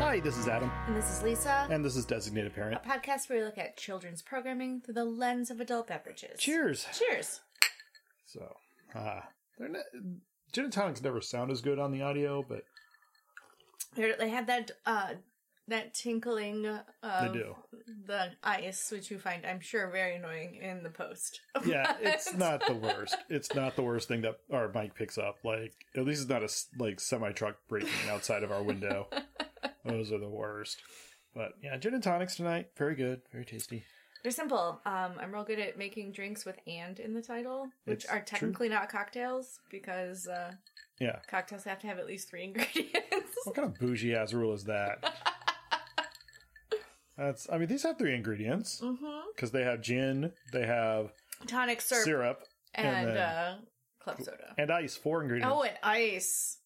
Hi, this is Adam, And this is Lisa, and this is Designated a Parent. podcast where we look at children's programming through the lens of adult beverages. Cheers. Cheers. So, uh, they're not, gin and tonics never sound as good on the audio, but They're- They had that uh, that tinkling of they do. the ice, which you find, I'm sure, very annoying in the post. Yeah, But- it's not the worst. It's not the worst thing that our mic picks up. Like, at least it's not a s- like semi truck breaking outside of our window. Those are the worst. But yeah, gin and tonics tonight. Very good. Very tasty. They're simple. Um, I'm real good at making drinks with "and" in the title, which It's are true. technically not cocktails because uh, Yeah. cocktails have to have at least three ingredients. What kind of bougie ass rule is that? That's. I mean, these have three ingredients mm-hmm. because they have gin, they have Tonic syrup, syrup, and, and then- uh, club soda. and ice. Four ingredients. Oh, and ice.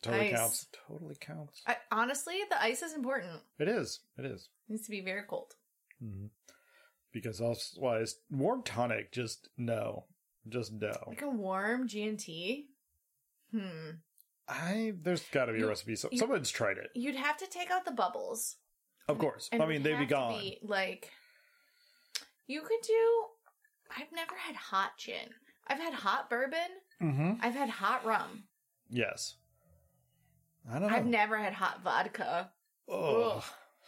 Totally Ice. counts. Totally counts. I, honestly, the ice is important. It is. It is. needs to be very cold. Mhm. Because otherwise, warm tonic just no, just no. Like a warm G and T. Hmm. I there's got to be a You- recipe. So, you- someone's tried it, You'd have to take out the bubbles. of course. and I mean, it'd they'd be have to gone. be, like you could do. I've never had hot gin. I've had hot bourbon. Mm-hmm. I've had hot rum. Yes. I don't know. I've never had hot vodka. Ugh. Ugh.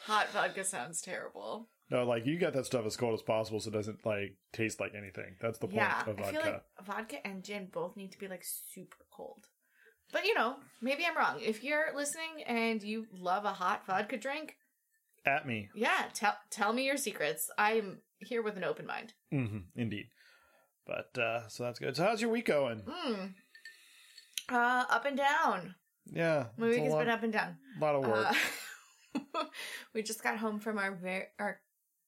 Hot vodka sounds terrible. No, like you got that stuff as cold as possible, so it doesn't like taste like anything. That's the point yeah, of I vodka. feel like vodka and gin both need to be like super cold. But you know, maybe I'm wrong. If you're listening and you love a hot vodka drink, At me, Yeah, tell tell me your secrets. I'm here with an open mind. hmm indeed. But uh so that's good. So how's your week going? Hmm. Uh, up and down. Yeah, My it's week a has lot, been up and down. lot of work. Uh, we just got home from our very our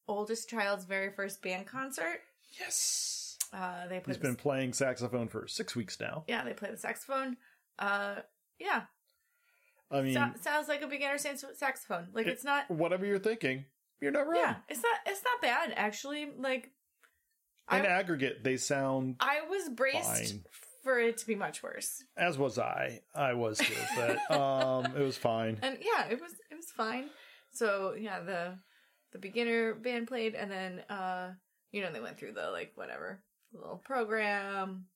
oldest child's very first band concert. yes, Uh, they he's played. the- been playing saxophone for six weeks now. yeah, they played the saxophone. Uh, yeah, I mean, so- sounds like a beginner sans- saxophone. Like It- it's not. whatever you're thinking, you're not wrong. Yeah, it's not. It's not bad actually. Like In I aggregate, they sound I was braced Fine. for it to be much worse. as was I. I was too, but um, it was fine. and yeah, it was it was fine. So yeah, the the beginner band played, and then uh, you know they went through the like whatever little program,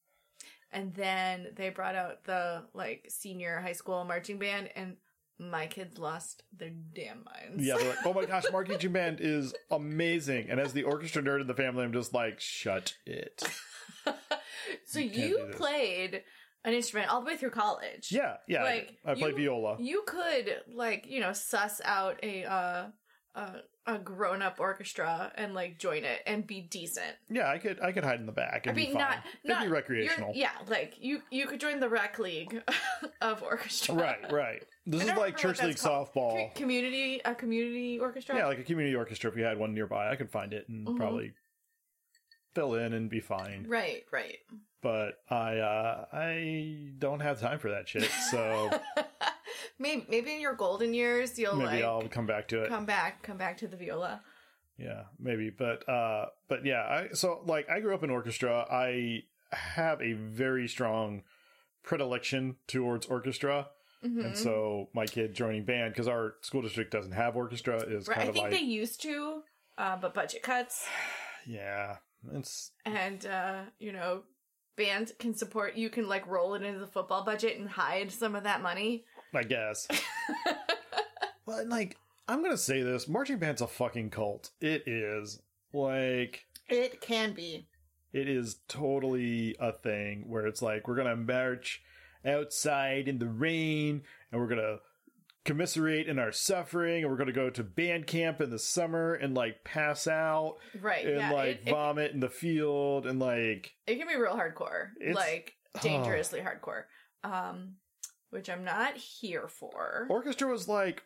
and then they brought out the like senior high school marching band, and my kids lost their damn minds. Yeah, they're like, oh my gosh, Marky Jim Band is amazing. And as the orchestra nerd in the family, I'm just like, shut it. so You can't do you this. played an instrument all the way through college. Yeah, yeah. I Like, did. I, played you- viola. You could like, you know, suss out a uh a, a grown up orchestra and like join it and be decent. yeah, I could I could hide in the back. I It'd mean be fine. not not It'd be you're- recreational. Yeah, like you you could join the rec league of orchestra. Right, right. This I is don't like remember church what league that's called. softball. Co- community a community orchestra. Yeah, like a community orchestra if we had one nearby. I could find it and Mhm. probably fill in and be fine. right, right. But I uh I don't have time for that shit. So maybe maybe in your golden years you'll maybe like I'll come back to it. come back come back to the viola. Yeah, maybe. But uh but yeah, I so like I grew up in orchestra. I have a very strong predilection towards orchestra. Mhm. And so my kid joining band because our school district doesn't have orchestra is right, kind I of think like they used to, uh, but budget cuts. yeah, it's and uh, you know, band can support you can like roll it into the football budget and hide some of that money. I guess. well, and, like I'm gonna say this: marching band's a fucking cult. It is like It can be. it is totally a thing where it's like we're gonna march outside in the rain and we're gonna commiserate in our suffering and we're gonna go to band camp in the summer and like pass out Right. and Uh, yeah. like it, it, vomit in the field and like it can be real hardcore. It's- Like dangerously hardcore. Um which I'm not here for. orchestra was like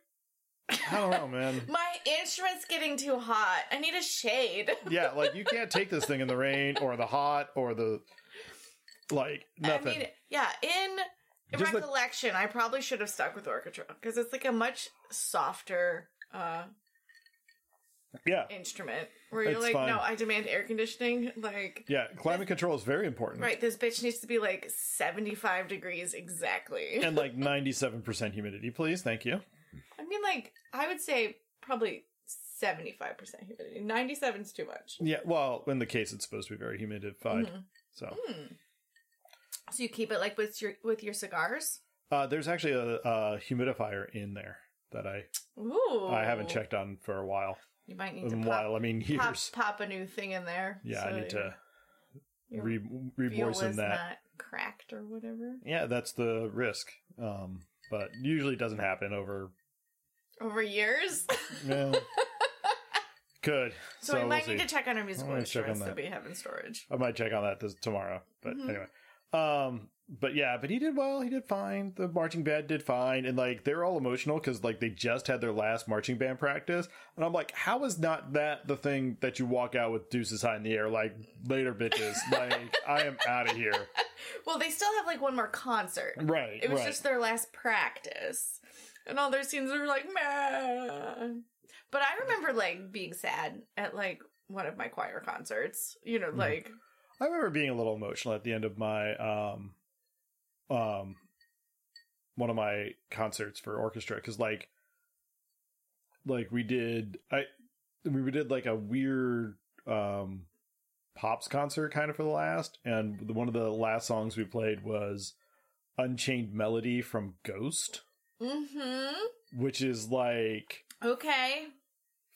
I don't know, man. My instrument's getting too hot. I need a shade. yeah, like you can't take this thing in the rain or the hot or the like nothing. I mean, yeah, in Just like- recollection, I probably should have stuck with orchestra because it's like a much softer uh yeah. instrument where you're It's like, fine. no, I demand air conditioning. Like, Yeah, climate control is very important. right, this bitch needs to be like 75 degrees exactly. And like 97% humidity, please. Thank you. I mean, like, I would say probably 75% humidity. 97's too much. Yeah, well, in the case it's supposed to be very humidified. Mm-hmm. So, Mm. Hmm. So you keep it like with your with your cigars. uh, there's actually a, a humidifier in there that I Ooh, I haven't checked on for a while. Oh. You might need to And pop, while I mean pop, years. pop a new thing in there. yeah, so I need to your- re your revoice viola's in that. not cracked or whatever Yeah, that's the risk. Um, but usually it doesn't happen over over years. Yeah. Good. so, So, we we'll might see. need to check on our musical I'm gonna check on instruments that. that we have in storage. I might check on that this, tomorrow. But Mhm. anyway. Um but yeah, but he did well. He did fine. The marching band did fine and like they're all emotional cuz like they just had their last marching band practice. And I'm like, how is not that the thing that you walk out with deuces high in the air like later bitches. like I am out of here. Well, they still have like one more concert. Right. It was right. just their last practice, and all their scenes were like, man. But I remember like being sad at like one of my choir concerts. You Mm. know, like I remember being a little emotional at the end of my um um one of my concerts for orchestra cuz like like we did I we did like a weird um pops concert kind of for the last and the, one of the last songs we played was Unchained Melody from Ghost Mm-hmm. which is like Okay.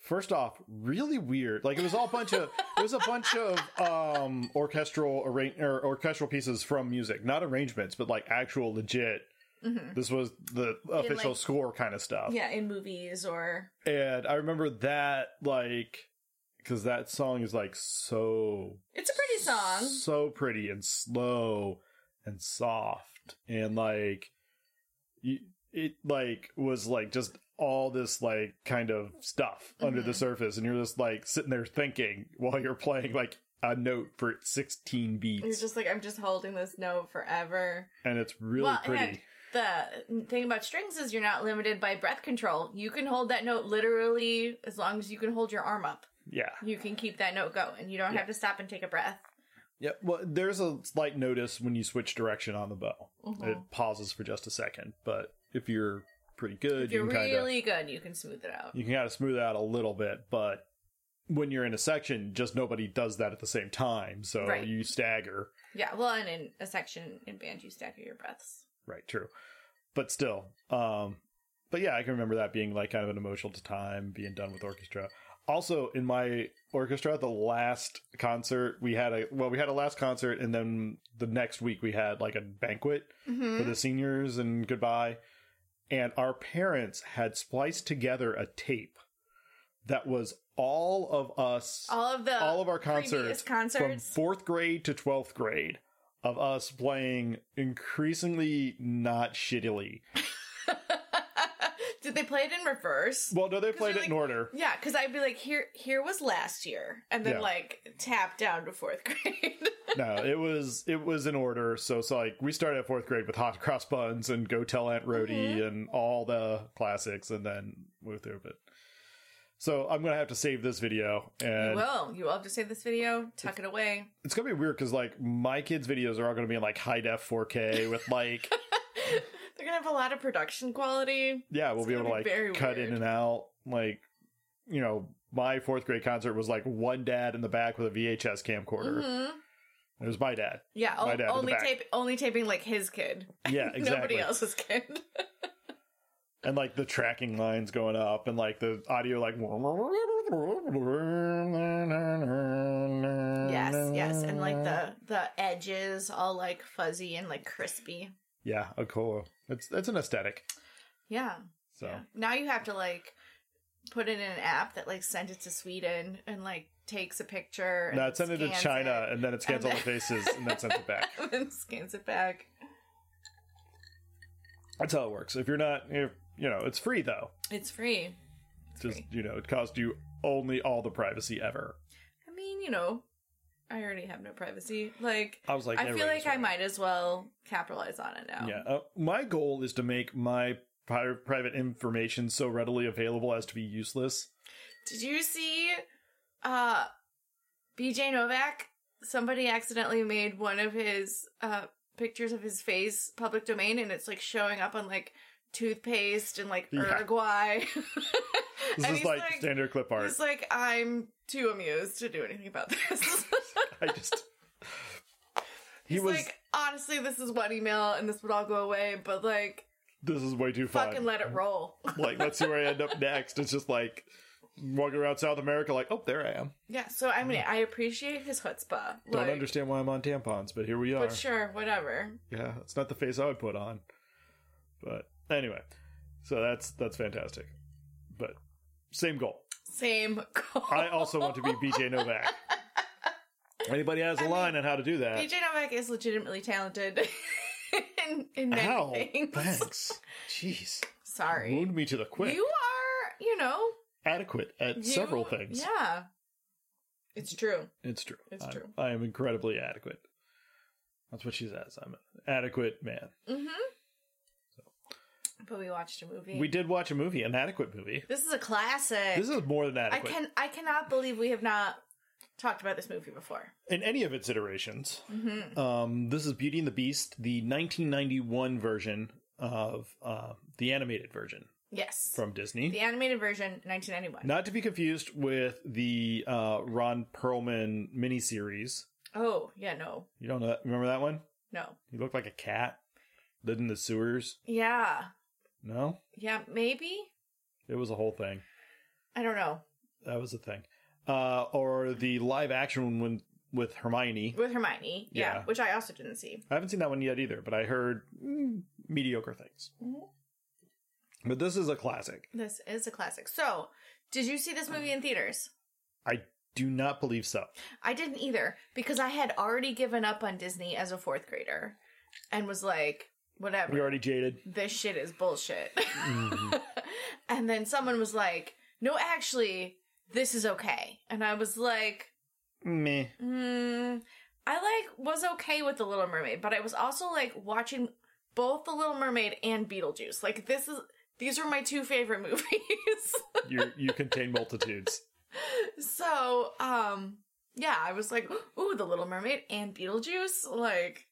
First off, really weird. Like it was all a bunch of it was a bunch of um orchestral arra- or orchestral pieces from music, not arrangements, but like actual legit. hmm This was the official like- score kind of stuff. Yeah, in movies or And I remember that like cuz that song is like so it's a pretty song. so pretty and slow and soft and like y- it like was like just all this like kind of stuff under the Mhm. surface and you're just like sitting there thinking while you're playing like a note for 16 It's beats just like I'm just holding this note forever. and it's really Well, pretty and the thing about strings is you're not limited by breath control. You can hold that note literally as long as you can hold your arm up. yeah You can keep that note going. You don't Yeah. have to stop and take a breath. yeah well there's a slight notice when you switch direction on the bow Mhm. Mm-hmm. it pauses for just a second but if you're pretty good If you're you can kind of really good, you can smooth it out. you can kind of smooth it out a little bit, but when you're in a section, just nobody does that at the same time, so Right. you stagger. Yeah, well, and in a section in band, you stagger your breaths. Right, true. But still, um, but yeah, I can remember that being like kind of an emotional time, being done with orchestra. Also, in my orchestra, the last concert we had a well, we had a last concert, and then the next week we had like a banquet Mhm. for the seniors and goodbye. And our parents had spliced together a tape that was all of us All of the all of our Uh, previous concerts, from concerts. fourth grade to 12th grade of us playing increasingly not shittily. Did they play it in reverse? Well, no, they 'Cause played they're it in order. Yeah, because I'd be like, here, here was last year, and then Yeah. like tap down to fourth grade. No, it was it was in order. So so like we started at fourth grade with hot cross buns and go tell Aunt Rhody Mm-hmm. and all the classics, and then moved through it. So I'm gonna have to save this video and well, you will have to save this video, tuck it away. it's gonna be weird because like my kids' videos are all gonna be in like high def 4K with like They're gonna have a lot of production quality. yeah we'll It's be able to gonna like be very cut weird. in and out like you know my fourth grade concert was like one dad in the back with a VHS camcorder. Mhm. It was my dad. Yeah, My o- dad in the only back. tape, only taping like his kid, Yeah, nobody exactly. else's kid. and like the tracking lines going up and like the audio like yes, yes yes, and like the the edges all like fuzzy and like crispy. yeah oh, cool it's it's an aesthetic Yeah. so yeah. Now you have to like put it in an app that like sends it to Sweden and like takes a picture. now then it sent it to scans China it, and then it scans and all the then- faces and then sends it back and then scans it back. that's how it works if you're not if you know it's free though It's free. Just Free. you know, it cost you only all the privacy ever. I mean, you know, I already have no privacy. Like, I was like, I feel everybody's like I right. might as well capitalize on it now. Yeah, uh, my goal is to make my pri- private information so readily available as to be useless. Did you see uh BJ Novak? Somebody accidentally made one of his uh pictures of his face public domain and it's like showing up on like toothpaste and like Yeah. Uruguay. This and is like, standard clip art. he's like, I'm too amused to do anything about this. I just he he's was. like, honestly, this is one email and this would all go away, but like this is way too fucking fun. let it roll. like, let's see where I end up next. It's just like walking around South America, like, oh, there I am. yeah, so I mean I appreciate his chutzpah. Mm. Don't like, understand why I'm on tampons, but here we are. But sure, whatever. yeah, it's not the face I would put on. But anyway, so that's that's fantastic. But same goal. Same goal. I also want to be BJ Novak. Anybody has a I mean, line on how to do that? BJ Novak is legitimately talented in, in many Ow, things. Thanks. Jeez. Sorry. Wound me to the quick. You are, you know, Adequate at you- several things. Yeah. It's true. It's true. It's I'm- true. I am incredibly adequate. That's what she says. I'm an adequate man. Mm-hmm. But we watched a movie. We did watch a movie, an adequate movie. This is a classic. This is more than I adequate can I cannot believe we have not talked about this movie before. in any of its iterations. Mm-hmm. Um, this is Beauty and the Beast, the 1991 version of uh, the animated version Yes. from Disney. the animated version, 1991. Not to be confused with the uh, Ron Perlman miniseries. Oh, yeah, no. You don't know that, remember that one? No. He looked like a cat, lived in the sewers. Yeah. No, Yeah, maybe? it was a whole thing. I don't know. That was a thing. Uh, or the live action one with Hermione. With Hermione. Yeah. Yeah. Which I also didn't see. I haven't seen that one yet either, but I heard mm, mediocre things. Mhm. But this is a classic. This is a classic. So, did you see this movie in theaters? Do not believe so. I didn't either because I had already given up on Disney as a fourth grader and was like, whatever. We already jaded. this shit is bullshit. Mhm. and then someone was like, no, actually, this is okay. And I was like, Meh. mm, I like was okay with The Little Mermaid, but I was also like watching both The Little Mermaid and Beetlejuice. Like, this is. These are my two favorite movies. You you contain multitudes. So, um, yeah, I was like, ooh, The Little Mermaid and Beetlejuice. Like,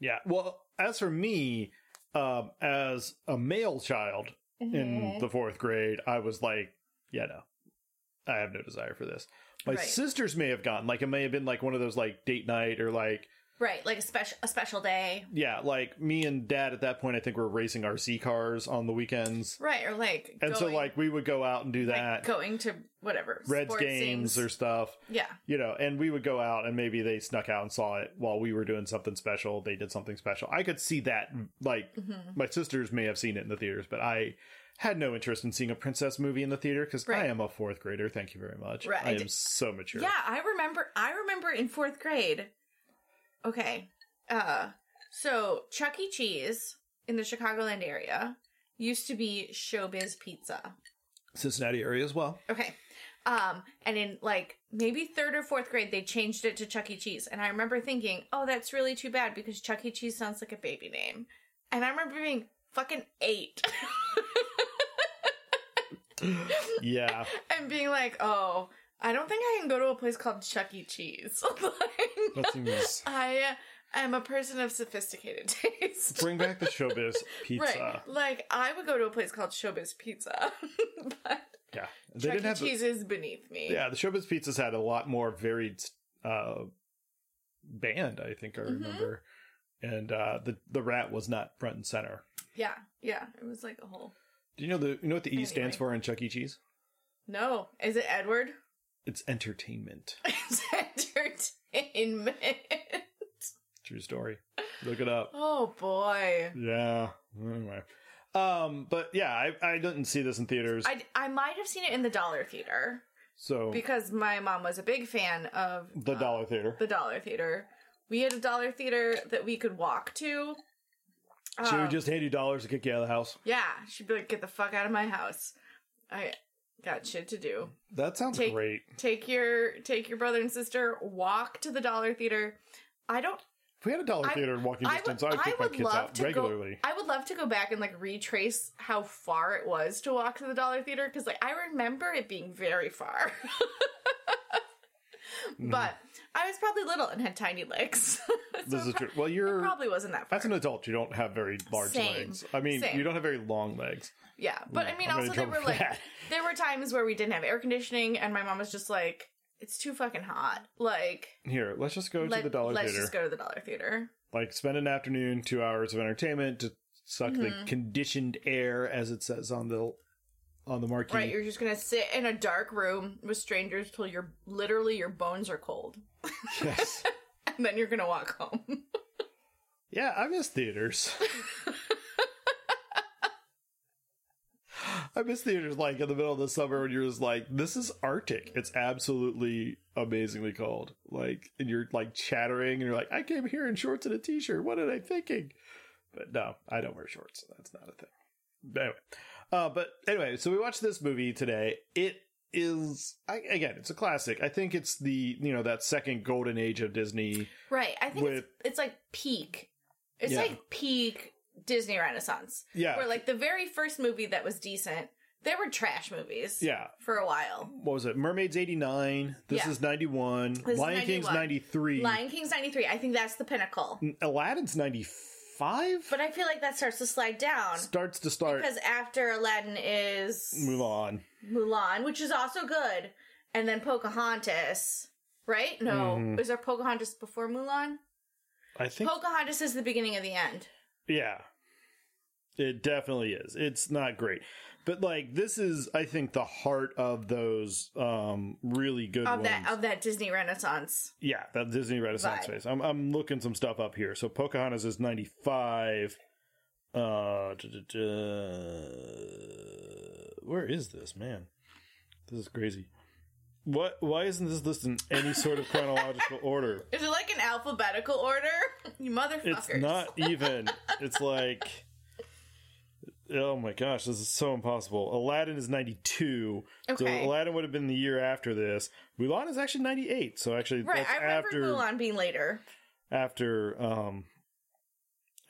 Yeah. Well, as for me, um, as a male child in the fourth grade, I was like, yeah, no, I have no desire for this. My Right. sisters may have gone. Like, it may have been like one of those like date night or like, right, like a special a special day, yeah, like me and dad at that point, I think were racing RC cars on the weekends. right? Or like, And so, going- like, we would go out and do like, that. going to whatever Reds sports games things. or stuff, yeah, you know, and we would go out and maybe they snuck out and saw it while we were doing something special. They did something special. I could see that, like, hmm my sisters may have seen it in the theaters, but I had no interest in seeing a princess movie in the theater because I Right. am a fourth grader. Thank you very much. Right. I am so mature. yeah. I remember, I remember in fourth grade. Okay, uh, so Chuck E. Cheese in the Chicagoland area used to be Showbiz Pizza. Cincinnati area as well. Okay. Um, and in like maybe third or fourth grade, they changed it to Chuck E. Cheese. And I remember thinking, oh, that's really too bad because Chuck E. Cheese sounds like a baby name. And I remember being fucking eight yeah. and being like, oh, I don't think I can go to a place called Chuck E. Cheese. Like, That seems. I am a person of sophisticated taste. Bring back the showbiz pizza. Right. Like, I would go to a place called Showbiz Pizza, but Yeah. They Chuck didn't E. have. Cheese is beneath me. yeah, the showbiz pizzas had a lot more varied uh, band, I think I Mhm. remember. And uh, the, the rat was not front and center. Yeah. Yeah. It was like a whole. Do you know the you know what the E Anyway. stands for in Chuck E. Cheese? No. Is it Edward? It's entertainment. It's entertainment. True story. Look it up. Oh boy. Yeah. Anyway. Um, but yeah, I, I didn't see this in theaters. I, I might have seen it in the Dollar Theater so because my mom was a big fan of Oh. the uh, Dollar Theater. the Dollar Theater. We had a Dollar Theater that we could walk to. she Um, would just hand you dollars to kick you out of the house. yeah, she'd be like, "Get the fuck out of my house." I Got shit to do. That sounds Take- great. Take your take your brother and sister. Walk to the dollar theater. I don't. If we had a dollar I- theater in walking I distance, would- I would I take my would kids love out to go- regularly. I would love to go back and like retrace how far it was to walk to the dollar theater because like I remember it being very far. but I was probably little and had tiny legs. So this it is pro- true. Well, you're Probably wasn't that far. as an adult, you don't have very large Same. legs. I mean, Same. you don't have very long legs. Yeah, but I mean, I'm also in there trouble were for like that. there were times where we didn't have air conditioning, and my mom was just like, "It's too fucking hot." Like, Here, let's just go let, to the dollar let's theater. just go to the dollar theater. Like, spend an afternoon, two hours of entertainment to suck the conditioned air, as it says on the on the marquee. Right, you're just gonna sit in a dark room with strangers till you're literally your bones are cold, Yes. and then you're gonna walk home. Yeah, I miss theaters. I miss theaters like in the middle of the summer when you're just like, this is Arctic. It's absolutely amazingly cold. Like, and you're like chattering and you're like, I came here in shorts and a t shirt. What am I thinking? But no, I don't wear shorts. That's not a thing. But anyway, uh, but anyway, so we watched this movie today. It is, I, again, it's a classic. I think it's the, you know, that second golden age of Disney. right, I think it's, With- it's like peak. It's Yeah. like peak Disney Renaissance, Yeah. where like the very first movie that was decent, there were trash movies yeah. for a while. what was it? Mermaids 89. This Yeah. is 91. is Lion King's 91. 93. Lion King's '93, I think that's the pinnacle. Aladdin's 95. But I feel like that starts to slide down starts to start. because after Aladdin is Move on. Mulan, which is also good, and then Pocahontas, right? No, Mhm. is there Pocahontas before Mulan? I think. Pocahontas is the beginning of the end. yeah. It definitely is. It's not great. But like this is I think the heart of those um really good Of ones. that of that Disney Renaissance. yeah, that Disney Renaissance Vibe. phase. I'm I'm looking some stuff up here. So Pocahontas is 95. Uh, duh, duh, duh. where is this man? This is crazy. What? Why isn't this listed in any sort of chronological order? Is it like an alphabetical order? you motherfuckers. It's not even. It's like, oh my gosh, this is so impossible. Aladdin is ninety two, Okay. so Aladdin would have been the year after this. Mulan is actually ninety eight, so actually Right, that's I remember after Mulan being later. after um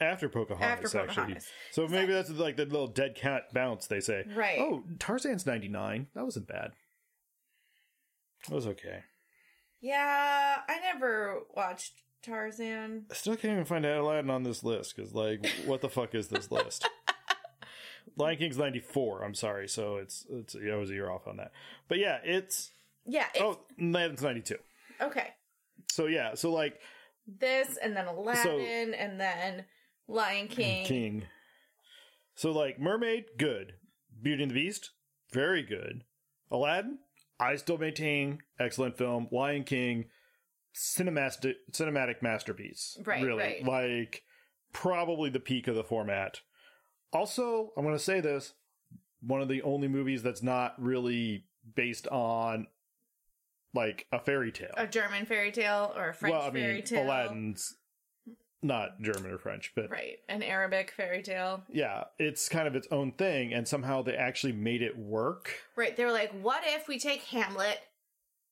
after Pocahontas, After actually. Pocahontas. So maybe that's like the little dead cat bounce they say. Right. Oh, Tarzan's ninety nine. That wasn't bad. That was okay. Yeah, I never watched Tarzan. I still can't even find Aladdin on this list because, like, what the fuck is this list? Lion King's ninety four. I'm sorry, so it's it's yeah, I was a year off on that. But yeah, it's Yeah, it, oh Aladdin's ninety two. okay. So yeah, so like This and then Aladdin and then Lion King. King. So like Mermaid, good. Beauty and the Beast, very good. Aladdin, I still maintain excellent film. Lion King, cinematic cinematic masterpiece. Right, really right. like probably the peak of the format. Also, I'm going to say this: one of the only movies that's not really based on like a fairy tale. A German fairy tale or a French well, I mean, fairy tale. Aladdin's not German or French, but Right. An Arabic fairy tale. yeah, it's kind of its own thing, and somehow they actually made it work. Right. They were like, what if we take Hamlet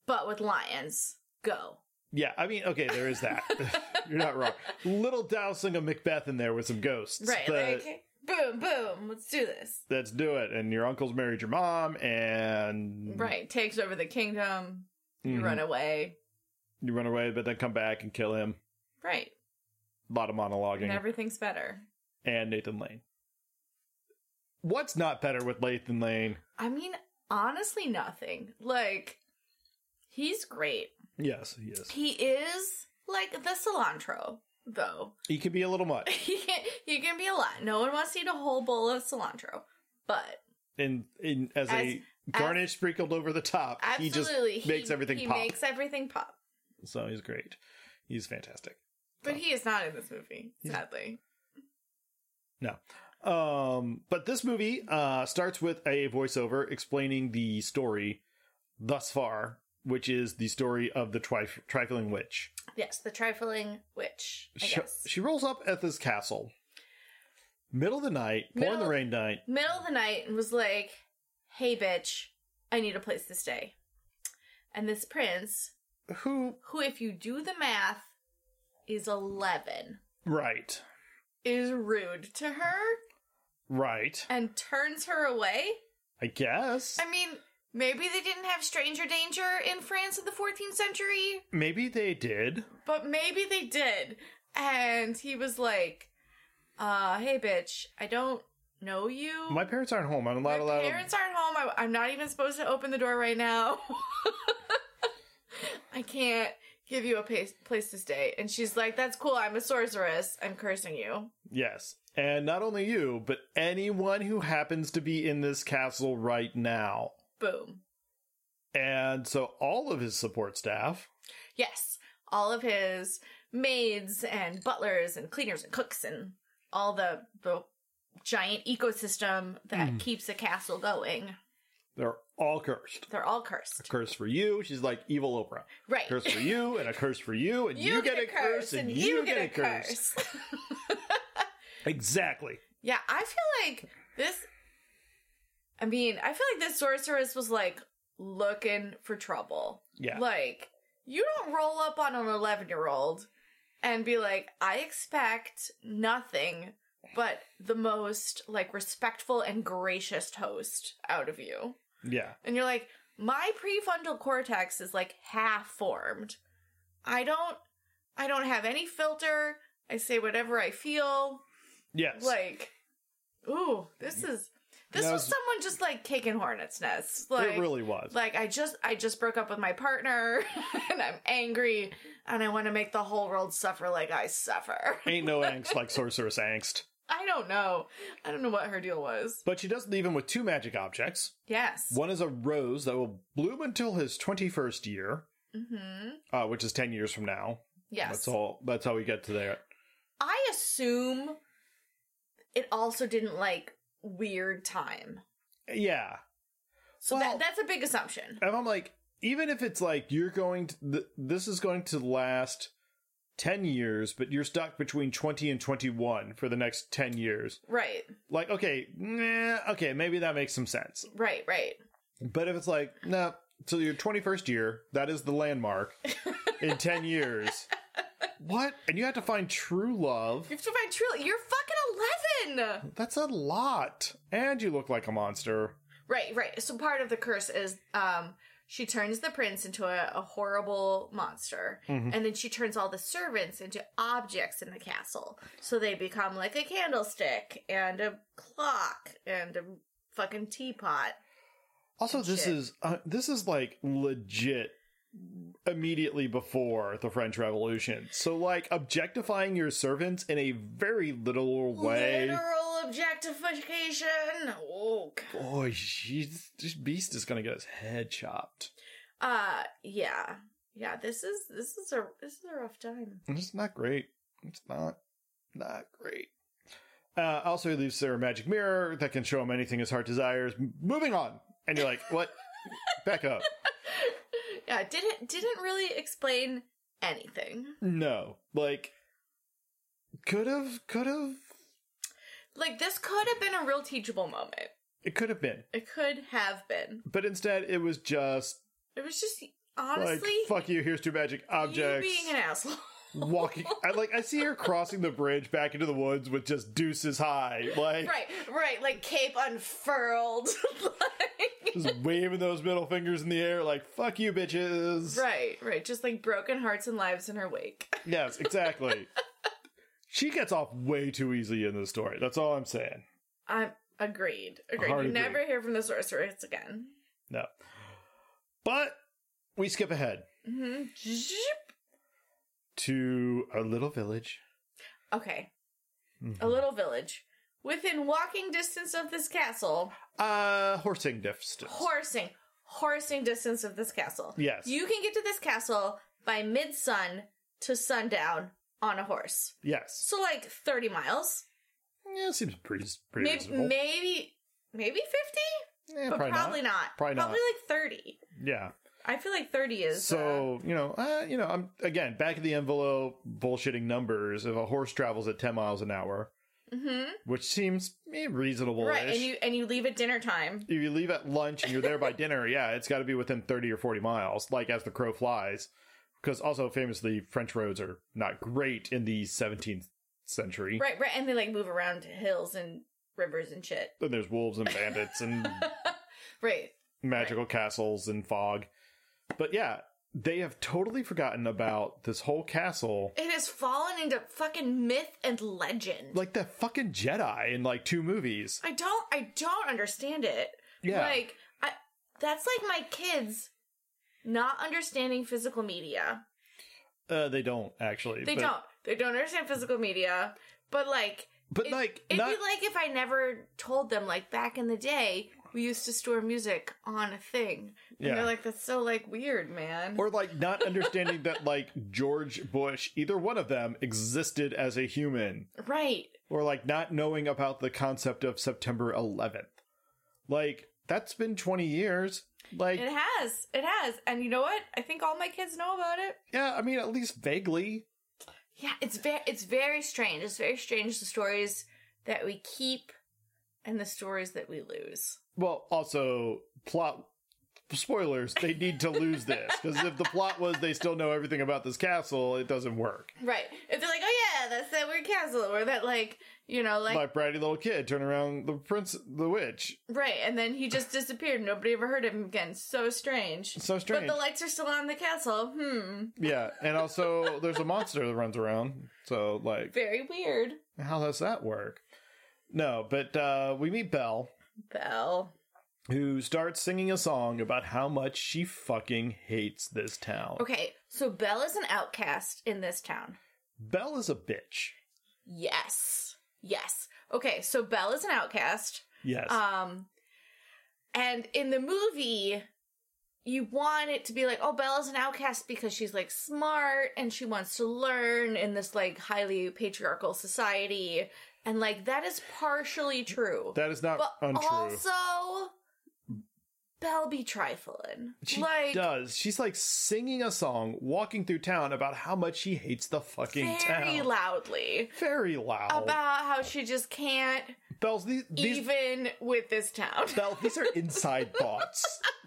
but with lions? Go. Yeah, I mean, okay, there is that. You're not wrong. Little dousing of Macbeth in there with some ghosts, Right. but Like boom, boom, let's do this. let's do it. And your uncle's married your mom, and Right. Takes over the kingdom. You Mhm. run away. you run away, but then come back and kill him. Right. A lot of monologuing And everything's better. and Nathan Lane. What's not better with Nathan Lane? I mean, honestly nothing. Like he's great. Yes, yes, He is like the cilantro, though. he can be a little much, he can, he can be a lot. No one wants to eat a whole bowl of cilantro, but and, and as, a as- garnish sprinkled over the top, he just absolutely makes everything he pop. makes everything pop. So he's great. He's fantastic. But Oh. he is not in this movie, He's- sadly. Um, but this movie uh, starts with a voiceover explaining the story thus far, which is the story of the tri- trifling witch. Yes, the trifling witch. I She, guess. she rolls up at this castle, middle of the night, pouring the Middle- rain night. Middle of the night and was like, "Hey, bitch, I need a place to stay. And this prince, Who? who, if you do the math, is 11, Right. is rude to her Right. and turns her away. I guess. I mean, maybe they didn't have stranger danger in France in the 14th century, Maybe they did. but maybe they did. And he was like, uh, hey, bitch, I don't know you. My parents aren't home. I'm not My allowed. parents aren't home. I, I'm not even supposed to open the door right now. I can't give you a place, place to stay. And she's like, that's cool. I'm a sorceress. I'm cursing you. Yes. And not only you, but anyone who happens to be in this castle right now. Boom. And so all of his support staff. Yes. All of his maids and butlers and cleaners and cooks and all the, the giant ecosystem that keeps the castle going. They're all cursed. They're all cursed. Curse for you. She's like evil Oprah. Right. Curse for you, and a curse for you, and you, get, a curse, and you get, a curse. Exactly. Yeah, I feel like this. I mean, I feel like this sorceress was like looking for trouble. Yeah. Like, you don't roll up on an 11 year old and be like, I expect nothing but the most like respectful and gracious host out of you. Yeah. And you're like, my prefrontal cortex is like half formed. I don't, I don't have any filter. I say whatever I feel Yes. like ooh this is this That was was- someone just like kicking hornets nests like it really was. like i just i just broke up with my partner and i'm angry and i want to make the whole world suffer like i suffer Ain't no angst like sorceress angst. i don't know i don't know what her deal was But she does leave him with two magic objects. yes One is a rose that will bloom until his 21st year, mm-hmm uh, which is 10 years from now. yes That's all. That's how we get to there. i assume it also didn't like weird time Yeah. so Well- that, that's a big assumption And I'm like, even if it's like you're going to, th- this is going to last 10 years, but you're stuck between 20 and 21 for the next 10 years. right Like, okay, nah, okay, maybe that makes some sense. right right But if it's like, no, nah, till your 21st year, that is the landmark in 10 years. What? And you have to find true love? you have to find truly you're fucking 11 That's a lot. And you look like a monster. Right, right. So part of the curse is um she turns the prince into a, a horrible monster. Mm-hmm. And then she turns all the servants into objects in the castle. So they become like a candlestick and a clock and a fucking teapot. Also, this Shit. is uh, this is like legit immediately before the French Revolution. So like objectifying your servants in a very literal way. Literal objectification. Oh, God. Boy, she's, this beast is gonna get his head chopped. Uh yeah. Yeah, this is this is a this is a rough time. And It's not great. It's not not great. Uh, also, he leaves there a magic mirror that can show him anything his heart desires. M- Moving on, and you're like, what? Back up. Yeah, it didn't didn't really explain anything. No, like could have, could have. Like this could have been a real teachable moment. It could have been, It could have been. but instead it was just It was just honestly like, fuck you. Here's two magic you objects. being an asshole. walking, I like. I see her crossing the bridge back into the woods with just deuces high, like right, right, like cape unfurled. like, just waving those middle fingers in the air, like fuck you, bitches. right, right, just like broken hearts and lives in her wake. Yes, exactly. she gets off way too easy in this story. That's all I'm saying. I'm agreed. Agreed. Hard you agree. never hear from the sorceress again. No. But we skip ahead hmm to a little village. Okay, Mhm. a little village within walking distance of this castle, Uh, horsing distance. horsing, horsing distance of this castle. Yes. You can get to this castle by mid sun to sundown on a horse. yes. So like 30 miles. Yeah, seems pretty pretty Maybe reasonable. maybe maybe 50, Eh, but probably, probably, not. not. Probably not. like 30. Yeah. I feel like 30 is uh, So you know, uh, you know, I'm again back of the envelope bullshitting numbers. If a horse travels at ten miles an hour, Mm-hmm. which seems eh, reasonable. Right, and you and you leave at dinner time. if you leave at lunch and you're there by dinner, yeah, it's got to be within 30 or 40 miles, like as the crow flies. Because also, famously, French roads are not great in the 17th century. Right, right, and they like move around hills and rivers and shit. And there's wolves and bandits and Right. magical castles and fog. But yeah, they have totally forgotten about this whole castle. It has fallen into fucking myth and legend. Like the fucking Jedi in like two movies. I don't I don't understand it. Yeah. Like I that's like my kids not understanding physical media. Uh, they don't actually. They but, don't. They don't understand physical media. But like But it- like, it'd not, be like if I never told them like back in the day we used to store music on a thing. And Yeah. they're like, that's so like weird, man. or like not understanding that like George Bush, either one of them existed as a human, right. or like not knowing about the concept of September 11th. Like that's been 20 years. Like It has. It has. And you know what? I think all my kids know about it. yeah, I mean at least vaguely. Yeah, it's very it's very strange. It's very strange the stories that we keep and the stories that we lose. Well, also plot spoilers. They need to lose this because if the plot was they still know everything about this castle, it doesn't work. Right. If they're like, oh yeah, that's that weird castle, or that like you know, like Like bratty little kid, turn around the prince, the witch. right, and then he just disappeared. Nobody ever heard of him again. So strange. So strange. But the lights are still on the castle. Hmm. Yeah, and also there's a monster that runs around. So like Very weird. How does that work? No, but uh, we meet Belle, Bell. who starts singing a song about how much she fucking hates this town. Okay, so Belle is an outcast in this town. Belle is a bitch. Yes. Yes. Okay, so Belle is an outcast. Yes. Um, and in the movie, you want it to be like, oh, Bella's an outcast because she's like smart and she wants to learn in this like highly patriarchal society, and like that is partially true, that is not but untrue. also. Belle be trifling. she like does. She's like singing a song, walking through town about how much she hates the fucking very town. loudly very loud. about how she just can't Belle's these, these even with this town. Belle, these are inside thoughts.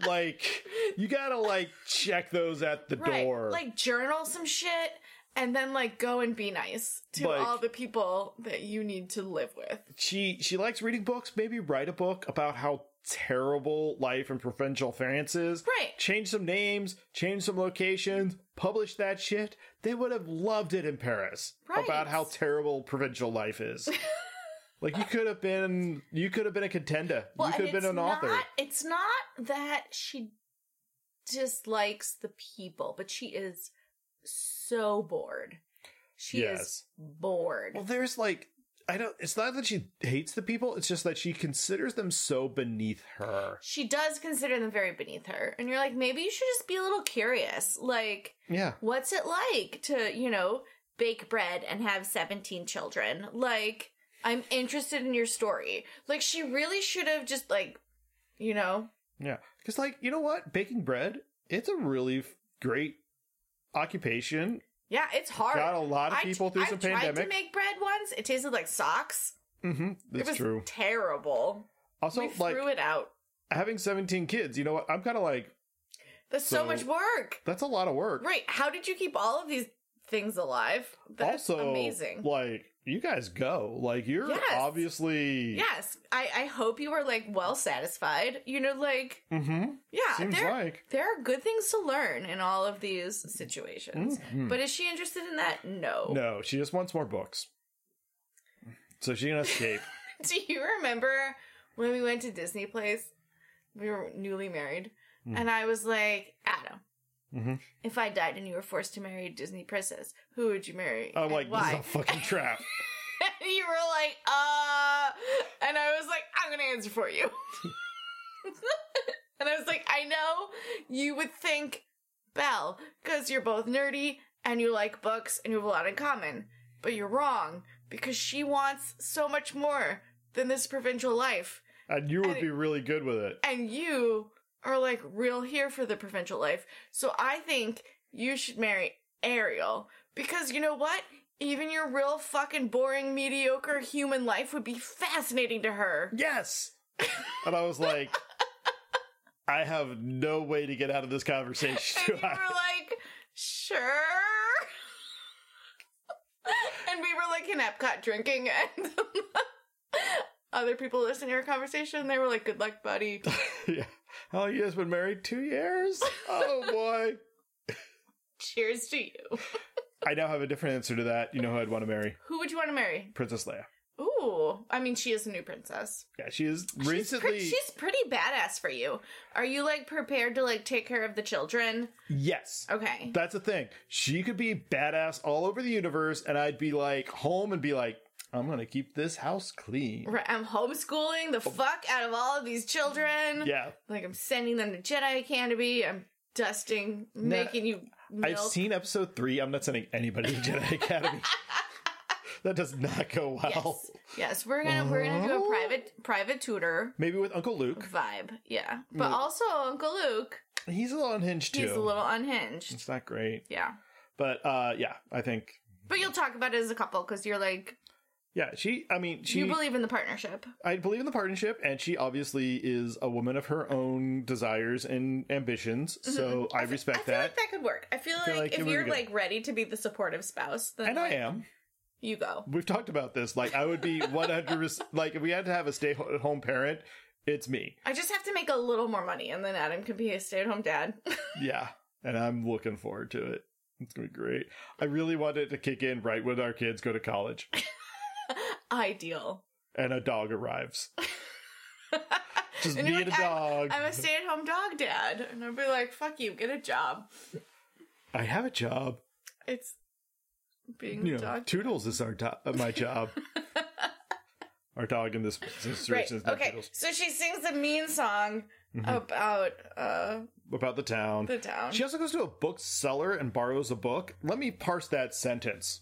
Like you gotta like check those at the door. Like journal some shit and then like go and be nice to Like- all the people that you need to live with. she she likes reading books maybe write a book about how terrible life in provincial france is Right. change some names change some locations publish that shit they would have loved it in paris Right. about how terrible provincial life is like you could have been you could have been a contender you could and have been it's an author not- It's not that she dislikes the people, but she is so bored. She is Yes. bored. well there's like i don't it's not that she hates the people it's just that she considers them so beneath her she does consider them very beneath her. And you're like, maybe you should just be a little curious. Like, yeah what's it like to, you know, bake bread and have 17 children? Like, I'm interested in your story. Like, she really should have just, like, you know, Yeah, because like you know what, baking bread, it's a really f- great occupation. yeah, it's hard. Got a lot of I- people through I the tried to pandemic. make bread once. It tasted like socks. hmm It That's was true. terrible. Also, we like threw it out. having seventeen kids, you know what? I'm kind of like That's so, so- much work. that's a lot of work. Right. How did you keep all of these things alive? That's also, amazing. Like you guys go, like you're Yes. obviously Yes. I, I hope you were, like, well satisfied. You know, like, hmm yeah. Seems there- like there are good things to learn in all of these situations. Mhm. But is she interested in that? No. no, she just wants more books. So she can escape. Do you remember when we went to Disney Place? We were newly married. Mm-hmm. And I was like, Adam, Mhm. if I died and you were forced to marry a Disney princess, who would you marry? I'm and like, this why? is a fucking trap. and you were like, uh. And I was like, I'm going to answer for you. and I was like, I know you would think Belle, because you're both nerdy and you like books and you have a lot in common. But you're wrong, because she wants so much more than this provincial life. And you would And- be really good with it. And you are like real here for the provincial life. So I think you should marry Ariel, because you know what? Even your real fucking boring, mediocre human life would be fascinating to her. Yes. And I was like, I have no way to get out of this conversation. And you were like, sure. and we were like in Epcot drinking, and other people listening to our conversation, they were like, good luck, buddy. yeah. How long you guys been married? Two years? Oh boy. Cheers to you. I now have a different answer to that. You know who I'd want to marry? Who would you want to marry? Princess Leia. Ooh, I mean, she is a new princess. Yeah, she is She's pre- recently. she's pretty badass for you. Are you like prepared to like take care of the children? yes. Okay. That's the thing. She could be badass all over the universe, and I'd be like home and be like, I'm gonna keep this house clean. Right, I'm homeschooling the fuck out of all of these children. Oh. Yeah. Like I'm sending them to Jedi Academy. I'm dusting, making you milk. I've seen episode three. I'm not sending anybody to Jedi Academy. that does not go well. yes. yes, we're gonna we're gonna do a Oh. private private tutor Maybe with Uncle Luke. vibe. Yeah, but Well- also Uncle Luke, He's a little unhinged too. he's a little unhinged. It's not great. Yeah, But uh yeah, I think but you'll talk about it as a couple because you're like yeah, she I mean she you believe in the partnership. I believe in the partnership and she obviously is a woman of her own desires and ambitions. So I Mm-hmm. I respect feel that. like that could work. I feel, feel like, like it if would be you're good. like ready to be the supportive spouse, then and I like, am. You go. We've talked about this. Like I would be 100 like if we had to have a stay at home parent, it's me. I just have to make a little more money, and then Adam can be a stay-at-home dad. Yeah. And I'm looking forward to it. It's going to be great. I really want it to kick in right when our kids go to college Ideal. and a dog arrives. Just And me you're and a like, dog. I'm a stay-at-home dog dad, and I'll be like, "Fuck you, get a job." I have a job. It's being You a know, Mm, dog. Toodles is our do- uh, my job. our dog in this situation Right. is not Okay. Toodles. So she sings a mean song about uh About the town. the town. she also goes to a bookseller and borrows a book. Let me parse that sentence.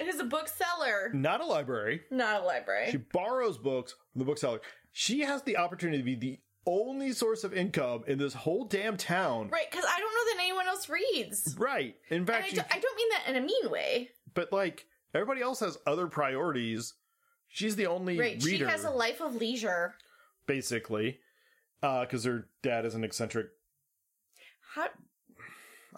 it is a bookseller, Not a library. not a library. Mm. She borrows books from the bookseller. She has the opportunity to be the only source of income in this whole damn town. right, because I don't know that anyone else reads. Right. In And fact, I, she, do, I don't mean that in a mean way. but like everybody else has other priorities. She's the only Right. reader, She has a life of leisure. basically, because her dad is an eccentric. How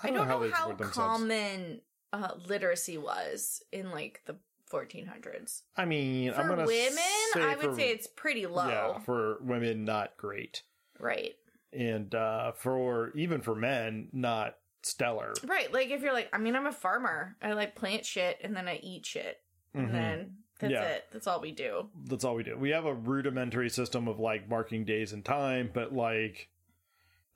I don't, know, how, common uh, literacy was in like the 1400s. I mean, For I'm gonna women, say I would for- say it's pretty low. yeah for women not great, Right. and uh, for even for men not stellar. Right. Like if you're like, I mean, I'm a farmer. I like plant shit and then I eat shit. Mhm. And then that's Yeah. it. That's all we do. that's all we do. We have a rudimentary system of like marking days and time, but like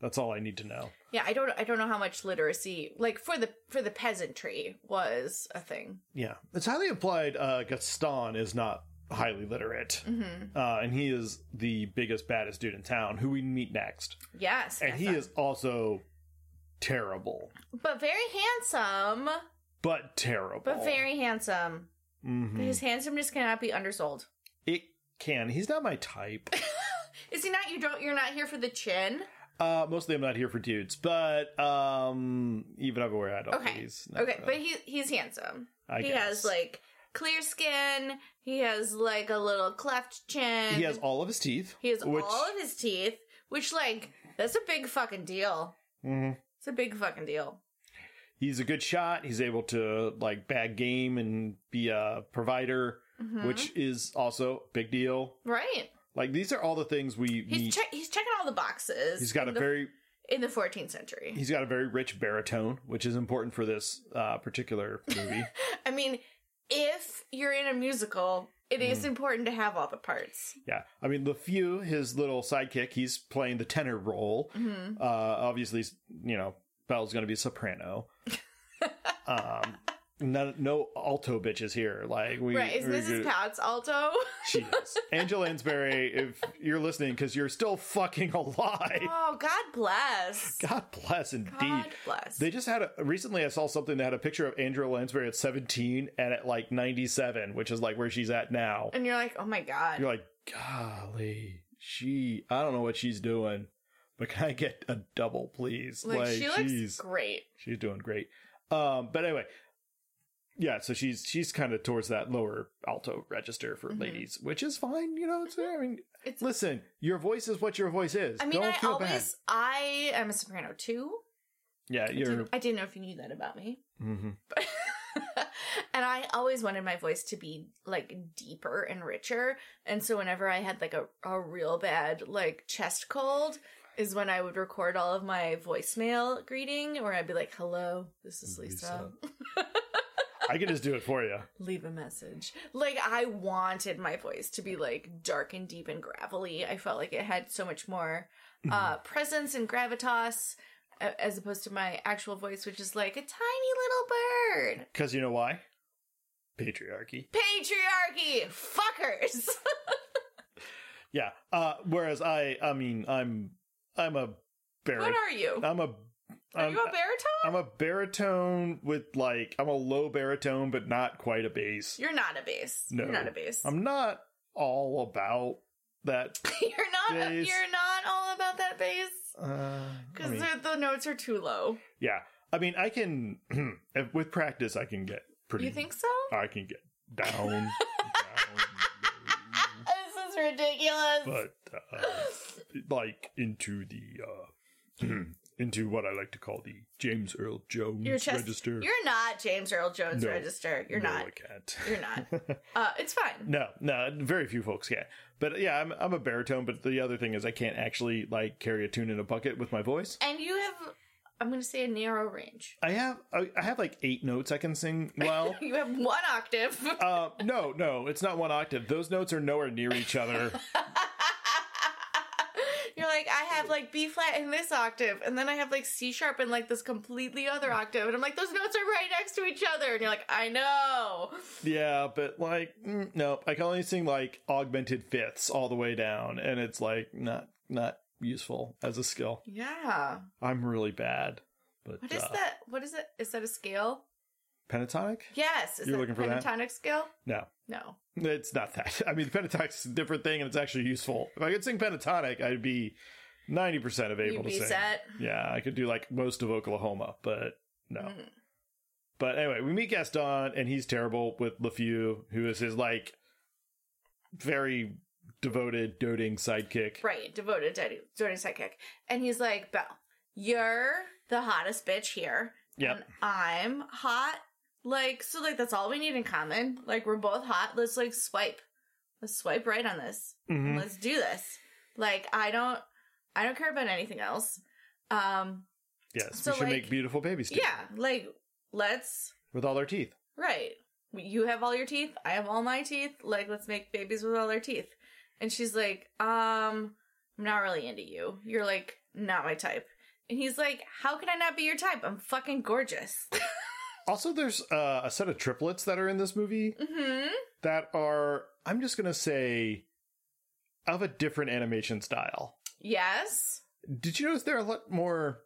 that's all I need to know. Yeah, I don't I don't know how much literacy like for the for the peasantry was a thing. Yeah, it's highly implied. Uh, Gaston is not highly literate, Mhm. uh, and he is the biggest baddest dude in town, who we meet next, Yes. and he Gaston. is also terrible, but very handsome, but terrible, but very handsome. Mhm. His handsomeness cannot be undersold. It can. He's not my type. Is he not you don't you're not here for the chin? uh, mostly, I'm not here for dudes, but um, even everywhere I don't. Okay. He's not Okay, really- but he he's handsome. I he guess. has like clear skin, he has like a little cleft chin. He has all of his teeth. He has which- all of his teeth, which like that's a big fucking deal. Mhm. It's a big fucking deal. he's a good shot. He's able to like bag game and be a provider, Mhm. which is also a big deal. right? Like these are all the things we He's meet. check he's checking all the boxes. he's got in a the, very in the 14th century. he's got a very rich baritone, which is important for this uh, particular movie. I mean, if you're in a musical, it is Hmm. important to have all the parts. yeah, I mean LeFou, his little sidekick, he's playing the tenor role. hmm Uh, obviously, you know Belle's going to be a soprano. um, none, no alto bitches here. Like we right? Is we- Mrs. Pat's alto? She is. Angela Lansbury, if you're listening, because you're still fucking alive. oh, God bless. God bless indeed. God bless. They just had a, recently. I saw something that had a picture of Angela Lansbury at 17 and at like 97, which is like where she's at now. and you're like, oh my God. You're like, golly, she. I don't know what she's doing, but can I get a double, please? like, she looks she's great. she's doing great. Um, but anyway, yeah, so she's she's kind of towards that lower alto register for Mhm. ladies, which is fine. You know, it's, I mean, Mm-hmm. It's listen, your voice is what your voice is. I mean, Don't I feel always bad. I am a soprano too. Yeah, I you're. didn't- I didn't know if you knew that about me. hmm and I always wanted my voice to be like deeper and richer. And so whenever I had like a, a real bad like chest cold is when I would record all of my voicemail greeting where I'd be like, Hello, this is Lisa. I can just do it for you. Leave a message. Like I wanted my voice to be like dark and deep and gravelly. I felt like it had so much more Mm-hmm. uh presence and gravitas a- as opposed to my actual voice, which is like a tiny little bird. Because you know why? Patriarchy. patriarchy fuckers Yeah. Uh, whereas I, I mean, I'm, I'm a what baritone. are you I'm a. are I'm, you a baritone I'm a baritone with like I'm a low baritone, but not quite a bass. you're not a bass No. you're not a bass I'm not all about that. you're not Bass. you're not all about that bass Uh, I because mean, the notes are too low yeah. I mean, I can if- with practice. I can get pretty. you think so I can get down. down this is ridiculous but uh, like into the uh, into what I like to call the James Earl Jones Your chest- register. you're not james earl jones No. register you're no, not I can't. you're not uh it's fine No, no, very few folks can. But yeah, I'm I'm a baritone. But the other thing is, I can't actually like carry a tune in a bucket with my voice. and you have i'm gonna say a narrow range I have I I have like eight notes I can sing well. you have one octave uh, no, no, it's not one octave. Those notes are nowhere near each other. You're like, I have like B flat in this octave, and then I have like C sharp in like this completely other octave. And I'm like, those notes are right next to each other. And you're like, I know. yeah, but like mm, no, I can only sing like augmented fifths all the way down, and it's like not not useful as a skill. Yeah. I'm really bad. But What is uh, that? What is it? Is that a scale? Pentatonic? Yes. Is You're that looking a for that? pentatonic scale? No. No. It's not that. I mean, pentatonic's a different thing, and it's actually useful. If I could sing pentatonic, I'd be ninety percent of able You'd to be sing. set. Yeah, I could do like most of Oklahoma, but no. Mm. But anyway, we meet Gaston, and he's terrible with LeFou, who is his like very devoted, doting sidekick. Right. Devoted to Johnny Sidekick. And he's like, Belle, you're the hottest bitch here. Yep. And I'm hot. Like, so like that's all we need in common. Like we're both hot. Let's like swipe. Let's swipe right on this. And Mhm. Let's do this. Like I don't I don't care about anything else. Um Yes, So, we should like- make beautiful babies too, yeah, like let's with all their teeth. right. You have all your teeth, I have all my teeth. Like let's make babies with all their teeth. And she's like, "Um, I'm not really into you. You're like not my type." And he's like, "How can I not be your type? I'm fucking gorgeous." Also, there's uh, a set of triplets that are in this movie. mhm. that are I'm just gonna say of a different animation style. Yes. Did you notice they're a lot more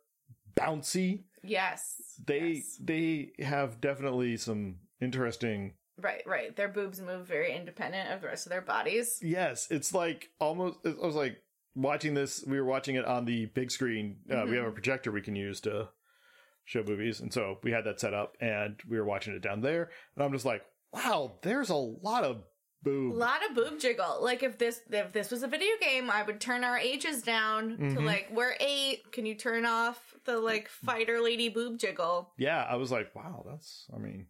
bouncy? Yes. They Yes. they have definitely some interesting Right, right. Their boobs move very independent of the rest of their bodies. Yes, it's like almost I was like watching this we were watching it on the big screen. Uh, Mm-hmm. we have a projector we can use to show movies and so we had that set up and we were watching it down there and I'm just like, wow, there's a lot of A boob. lot of boob jiggle. Like if this if this was a video game, I would turn our ages down to Mhm. like we're eight. Can you turn off the like fighter lady boob jiggle? yeah, I was like, wow, that's, I mean,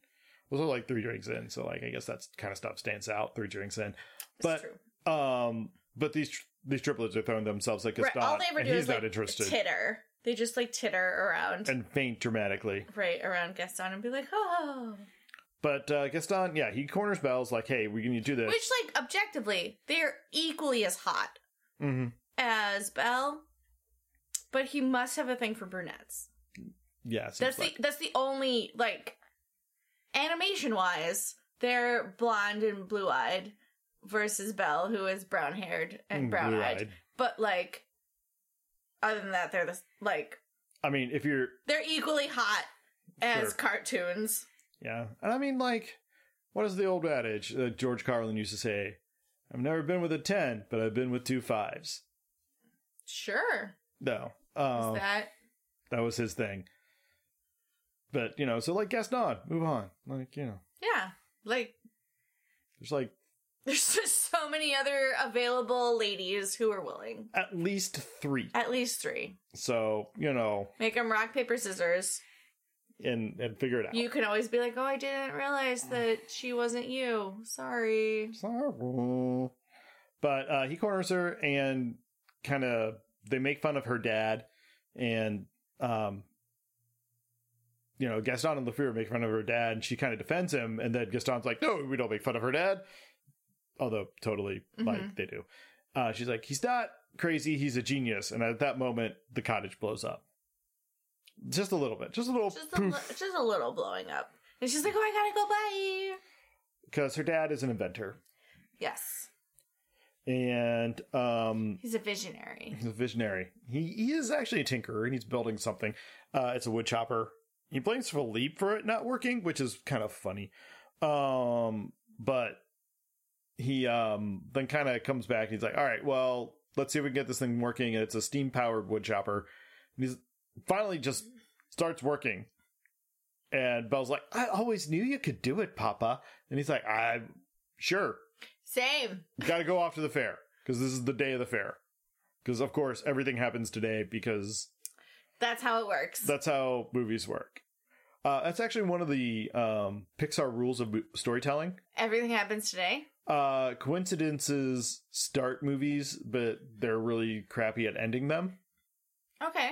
those are like three drinks in. So, like, I guess that's kind of stuff stands out three drinks in. It's But, true. um, but these, these triplets are throwing themselves like a Right, all stop, they ever and do he's is not like interested titter. They just like titter around, and faint dramatically. right around Gaston and be like, oh. But, uh, Gaston, yeah, he corners Belle's like, hey, we need to do this. Which like objectively, they're equally as hot hmm as Belle, but he must have a thing for brunettes. Yeah, seems That's like- the that's the only like animation wise, they're blonde and blue eyed versus Belle, who is brown haired and Mm, brown uh, eyed. blue-eyed. But like, other than that, they're the, like I mean, if you're, they're equally hot as Sure. cartoons. yeah, and I mean, like, what is the old adage that George Carlin used to say? I've never been with a 10, but I've been with two fives. Sure, No. is Um, that That was his thing. But, you know, so like Gaston, move on. Like, you know, Yeah. Like, there's like there's just so many other available ladies who are willing. at least three. At least three. So, you know, Make them rock, paper, scissors. and and figure it out. You can always be like, oh, I didn't realize that she wasn't you. Sorry. Sorry. But uh, he corners her and kind of they make fun of her dad, and um, you know Gaston and Lafleur make fun of her dad, and she kind of defends him, and then Gaston's like, "No, we don't make fun of her dad," although totally like Mhm. they do. Uh, she's like, "He's not crazy. He's a genius." And at that moment, the cottage blows up. Just a little bit, just a little Just a, li- just a little blowing up. And she's like, oh, I gotta go. Bye. because her dad is an inventor, Yes. and um, He's a visionary. He's a visionary. He, he is actually a tinkerer and he's building something. Uh, it's a wood chopper. He blames Philippe for it not working, which is kind of funny. Um, but he um, then kind of comes back and he's like, all right, well, let's see if we can get this thing working. And it's a steam powered wood chopper. And he's finally just starts working. And Belle's like, I always knew you could do it, Papa. And he's like, I sure Same. got to go off to the fair because this is the day of the fair. Because of course everything happens today because That's how it works. that's how movies work. Uh, that's actually one of the um, Pixar rules of mo- storytelling. Everything happens today. Uh, coincidences start movies, but they're really crappy at ending them. Okay.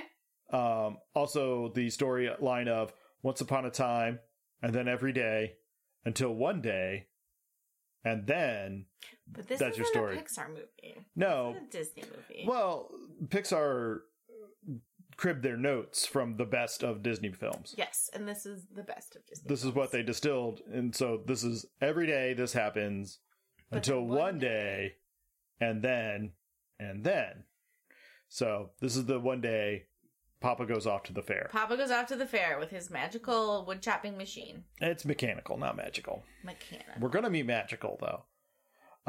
Um, also, the storyline of once upon a time, and then every day, until one day, and then But this That's is your story. a Pixar movie. no, It's a Disney movie. Well, Pixar cribbed their notes from the best of Disney films. yes, and this is the best of Disney. This is what they distilled, and so this is every day this happens But until then one, one day, and then and then. So this is the one day Papa goes off to the fair. Papa goes off to the fair with his magical wood chopping machine. It's mechanical, not magical. Mechanic. We're gonna be magical though.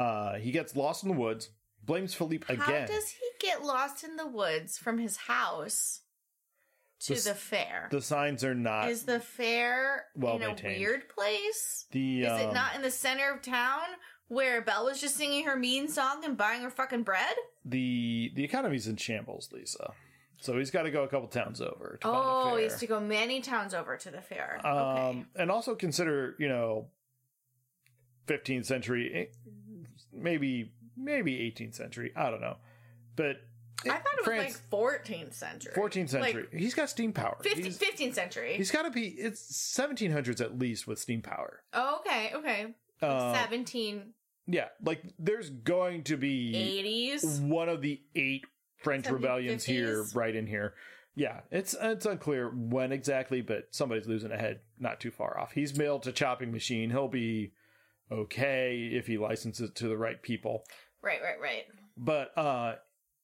Uh, he gets lost in the woods, blames Philippe How again. does he get lost in the woods from his house to The s- the, fair? the signs are not is the fair well in a maintained. weird place? the Is it um, not in the center of town where Belle was just singing her mean song and buying her fucking bread? the the economy's in shambles, Lisa. So he's got to go a couple towns over. To Oh, find a he fair. has to go many towns over to the fair. Um, okay. and also consider you know, fifteenth century, eh, maybe maybe eighteenth century. I don't know, but I thought it was France, like 14th century. fourteenth century. Like he's got steam power. 15, He's- 15th century. he's got to be it's seventeen hundreds at least with steam power. Oh, okay, okay. Uh, 1780s. yeah, like there's going to be one of the eight French rebellions here, 1750s. right in here. Yeah, it's uh, it's unclear when exactly, but somebody's losing a head not too far off. He's mailed to chopping machine. He'll be okay if he licenses it to the right people. Right, right, right. But uh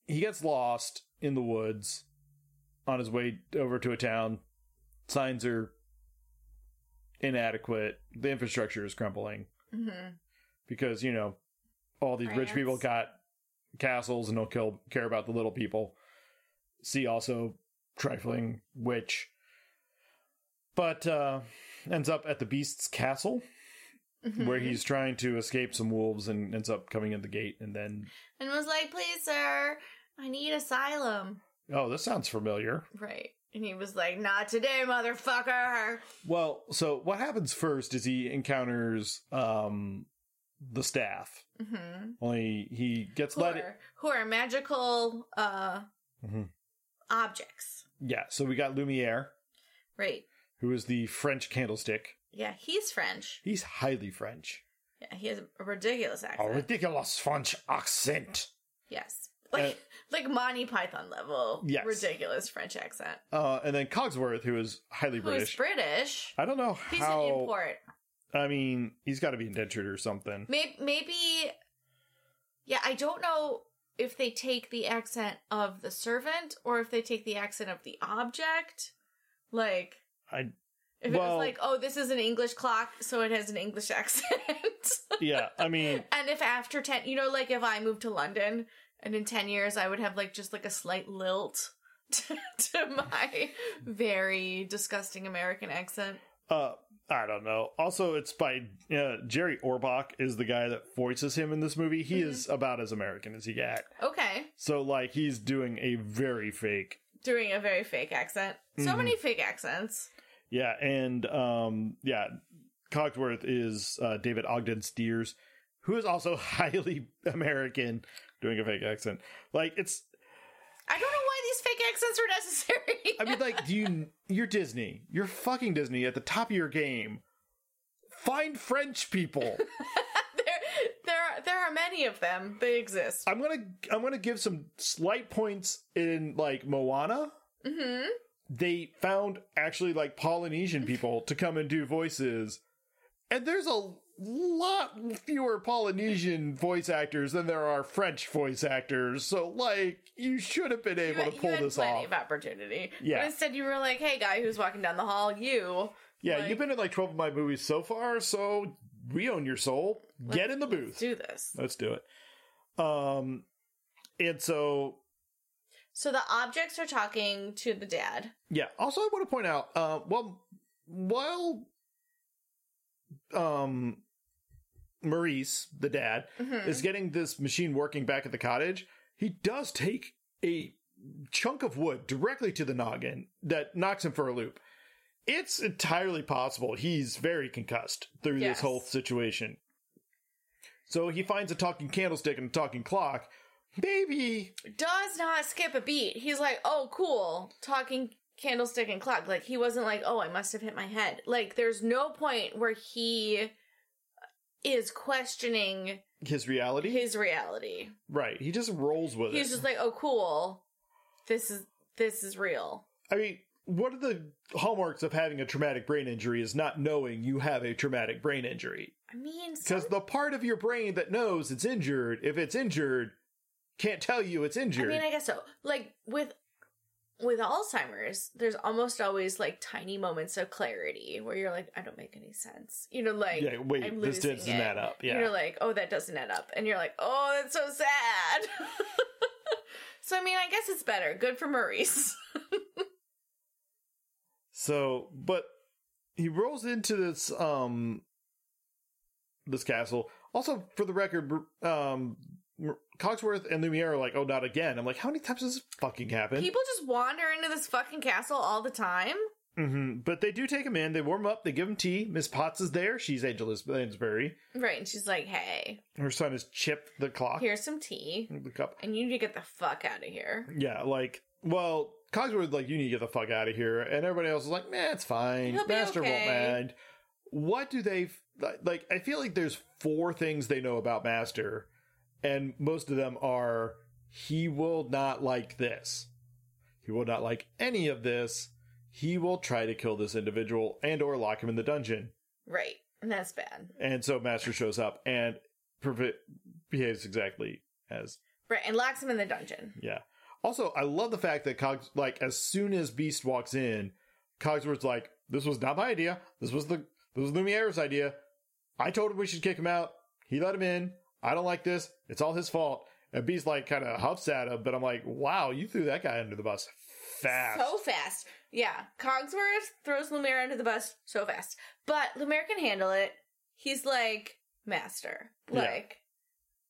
he gets lost in the woods on his way over to a town. Signs are inadequate. The infrastructure is crumbling hmm because you know all these rich France. people got castles and don't kill, care about the little people. See also trifling witch, but uh, ends up at the beast's castle Mm-hmm. where he's trying to escape some wolves and ends up coming in the gate and then and was like, "Please, sir, I need asylum." oh this sounds familiar. Right. And he was like, "Not today, motherfucker." Well, so what happens first is he encounters um, the staff. Mm-hmm. Only he gets Who, let. are, who are magical uh Mhm. objects? Yeah, so we got Lumiere, Right. who is the French candlestick. Yeah, he's French. He's highly French. Yeah, he has a ridiculous accent. ridiculous French accent. yes. Like like Monty Python level Yes. ridiculous French accent. Uh, and then Cogsworth, who is highly Who's British. British? I don't know He's how. an import. I mean, he's got to be indentured or something. Maybe, maybe, yeah, I don't know if they take the accent of the servant or if they take the accent of the object. Like, I if it Well- was like, oh, this is an English clock, so it has an English accent. yeah. I mean, and if after 10, you know, like if I moved to London and in 10 years I would have like just like a slight lilt to, to my very disgusting American accent. Uh, I don't know. Also, it's by uh, Jerry Orbach is the guy that voices him in this movie. Mm-hmm. He is about as American as he got. Okay, So like he's doing a very fake. doing a very fake accent. So many fake accents. Yeah, and um yeah, Cogsworth is uh, David Ogden Steers, who is also highly American, doing a fake accent. Like it's I don't know why these fake accents are necessary. I mean, like, do you? You're Disney. You're fucking Disney at the top of your game. Find French people. there, there, are, there are many of them. They exist. I'm gonna I'm gonna give some slight points in like Moana. hmm They found actually like Polynesian Mm-hmm. people to come and do voices, and there's a lot fewer Polynesian voice actors than there are French voice actors. So like, you should have been able you, to you pull had this plenty off. of opportunity. Yeah. But instead, you were like, "Hey, guy who's walking down the hall, you." yeah, like- you've been in like 12 of my movies so far, so we own your soul. Get in the booth. Do this. Let's do it. Um, and so So the objects are talking to the dad. yeah. Also, I want to point out. Uh, well, while um, Maurice, the dad, Mhm. Mm-hmm. is getting this machine working back at the cottage, he does take a chunk of wood directly to the noggin that knocks him for a loop. It's entirely possible he's very concussed through Yes. this whole situation. So he finds a talking candlestick and a talking clock. Maybe Does not skip a beat. He's like, "Oh, cool." Talking candlestick and clock. Like he wasn't like, "Oh, I must have hit my head." Like there's no point where he is questioning his reality. his reality. Right. He just rolls with He's it. just like, "Oh, cool. This is this is real." I mean, one of the hallmarks of having a traumatic brain injury is not knowing you have a traumatic brain injury. I mean, some, Because the part of your brain that knows it's injured, if it's injured, can't tell you it's I injured. mean, I guess so. Like with with Alzheimer's, there's almost always like tiny moments of clarity where you're like, I don't make any sense. You know, like yeah, wait, I'm this losing doesn't it. add up. Yeah. You're like, oh, that doesn't add up, and you're like, oh, that's so sad. so I mean, I guess it's better. Good for Maurice. so, but he rolls into this, um, this castle. Also, for the record, um, Cogsworth and Lumiere are like, oh, not again. I'm like, how many times has this fucking happened? People just wander into this fucking castle all the time. hmm But they do take him in. They warm up. They give him tea. Miss Potts is there. She's Angela Lansbury. Right, and she's like, hey, Her son is Chip the clock. here's some tea, The cup. and you need to get the fuck out of here. Yeah, like, well, Cogsworth's like, you need to get the fuck out of here. And everybody else is like, man, it's fine. He'll be Master won't okay." mind. What do they, like, I feel like there's four things they know about Master, and most of them are he will not like this. He will not like any of this. He will try to kill this individual and or lock him in the dungeon. Right, and that's bad. And so Master shows up and prev- behaves exactly as Right, and locks him in the dungeon. yeah. Also, I love the fact that Cogs like as soon as Beast walks in, Cogsworth's like, "This was not my idea. This was the this was Lumiere's idea. I told him we should kick him out. He let him in. I don't like this. It's all his fault." And Beast like kind of huffs at him, but I'm like, "Wow, you threw that guy under the bus fast." So fast. Yeah. Cogsworth throws Lumiere under the bus so fast. But Lumiere can handle it. He's like master. Yeah. Like,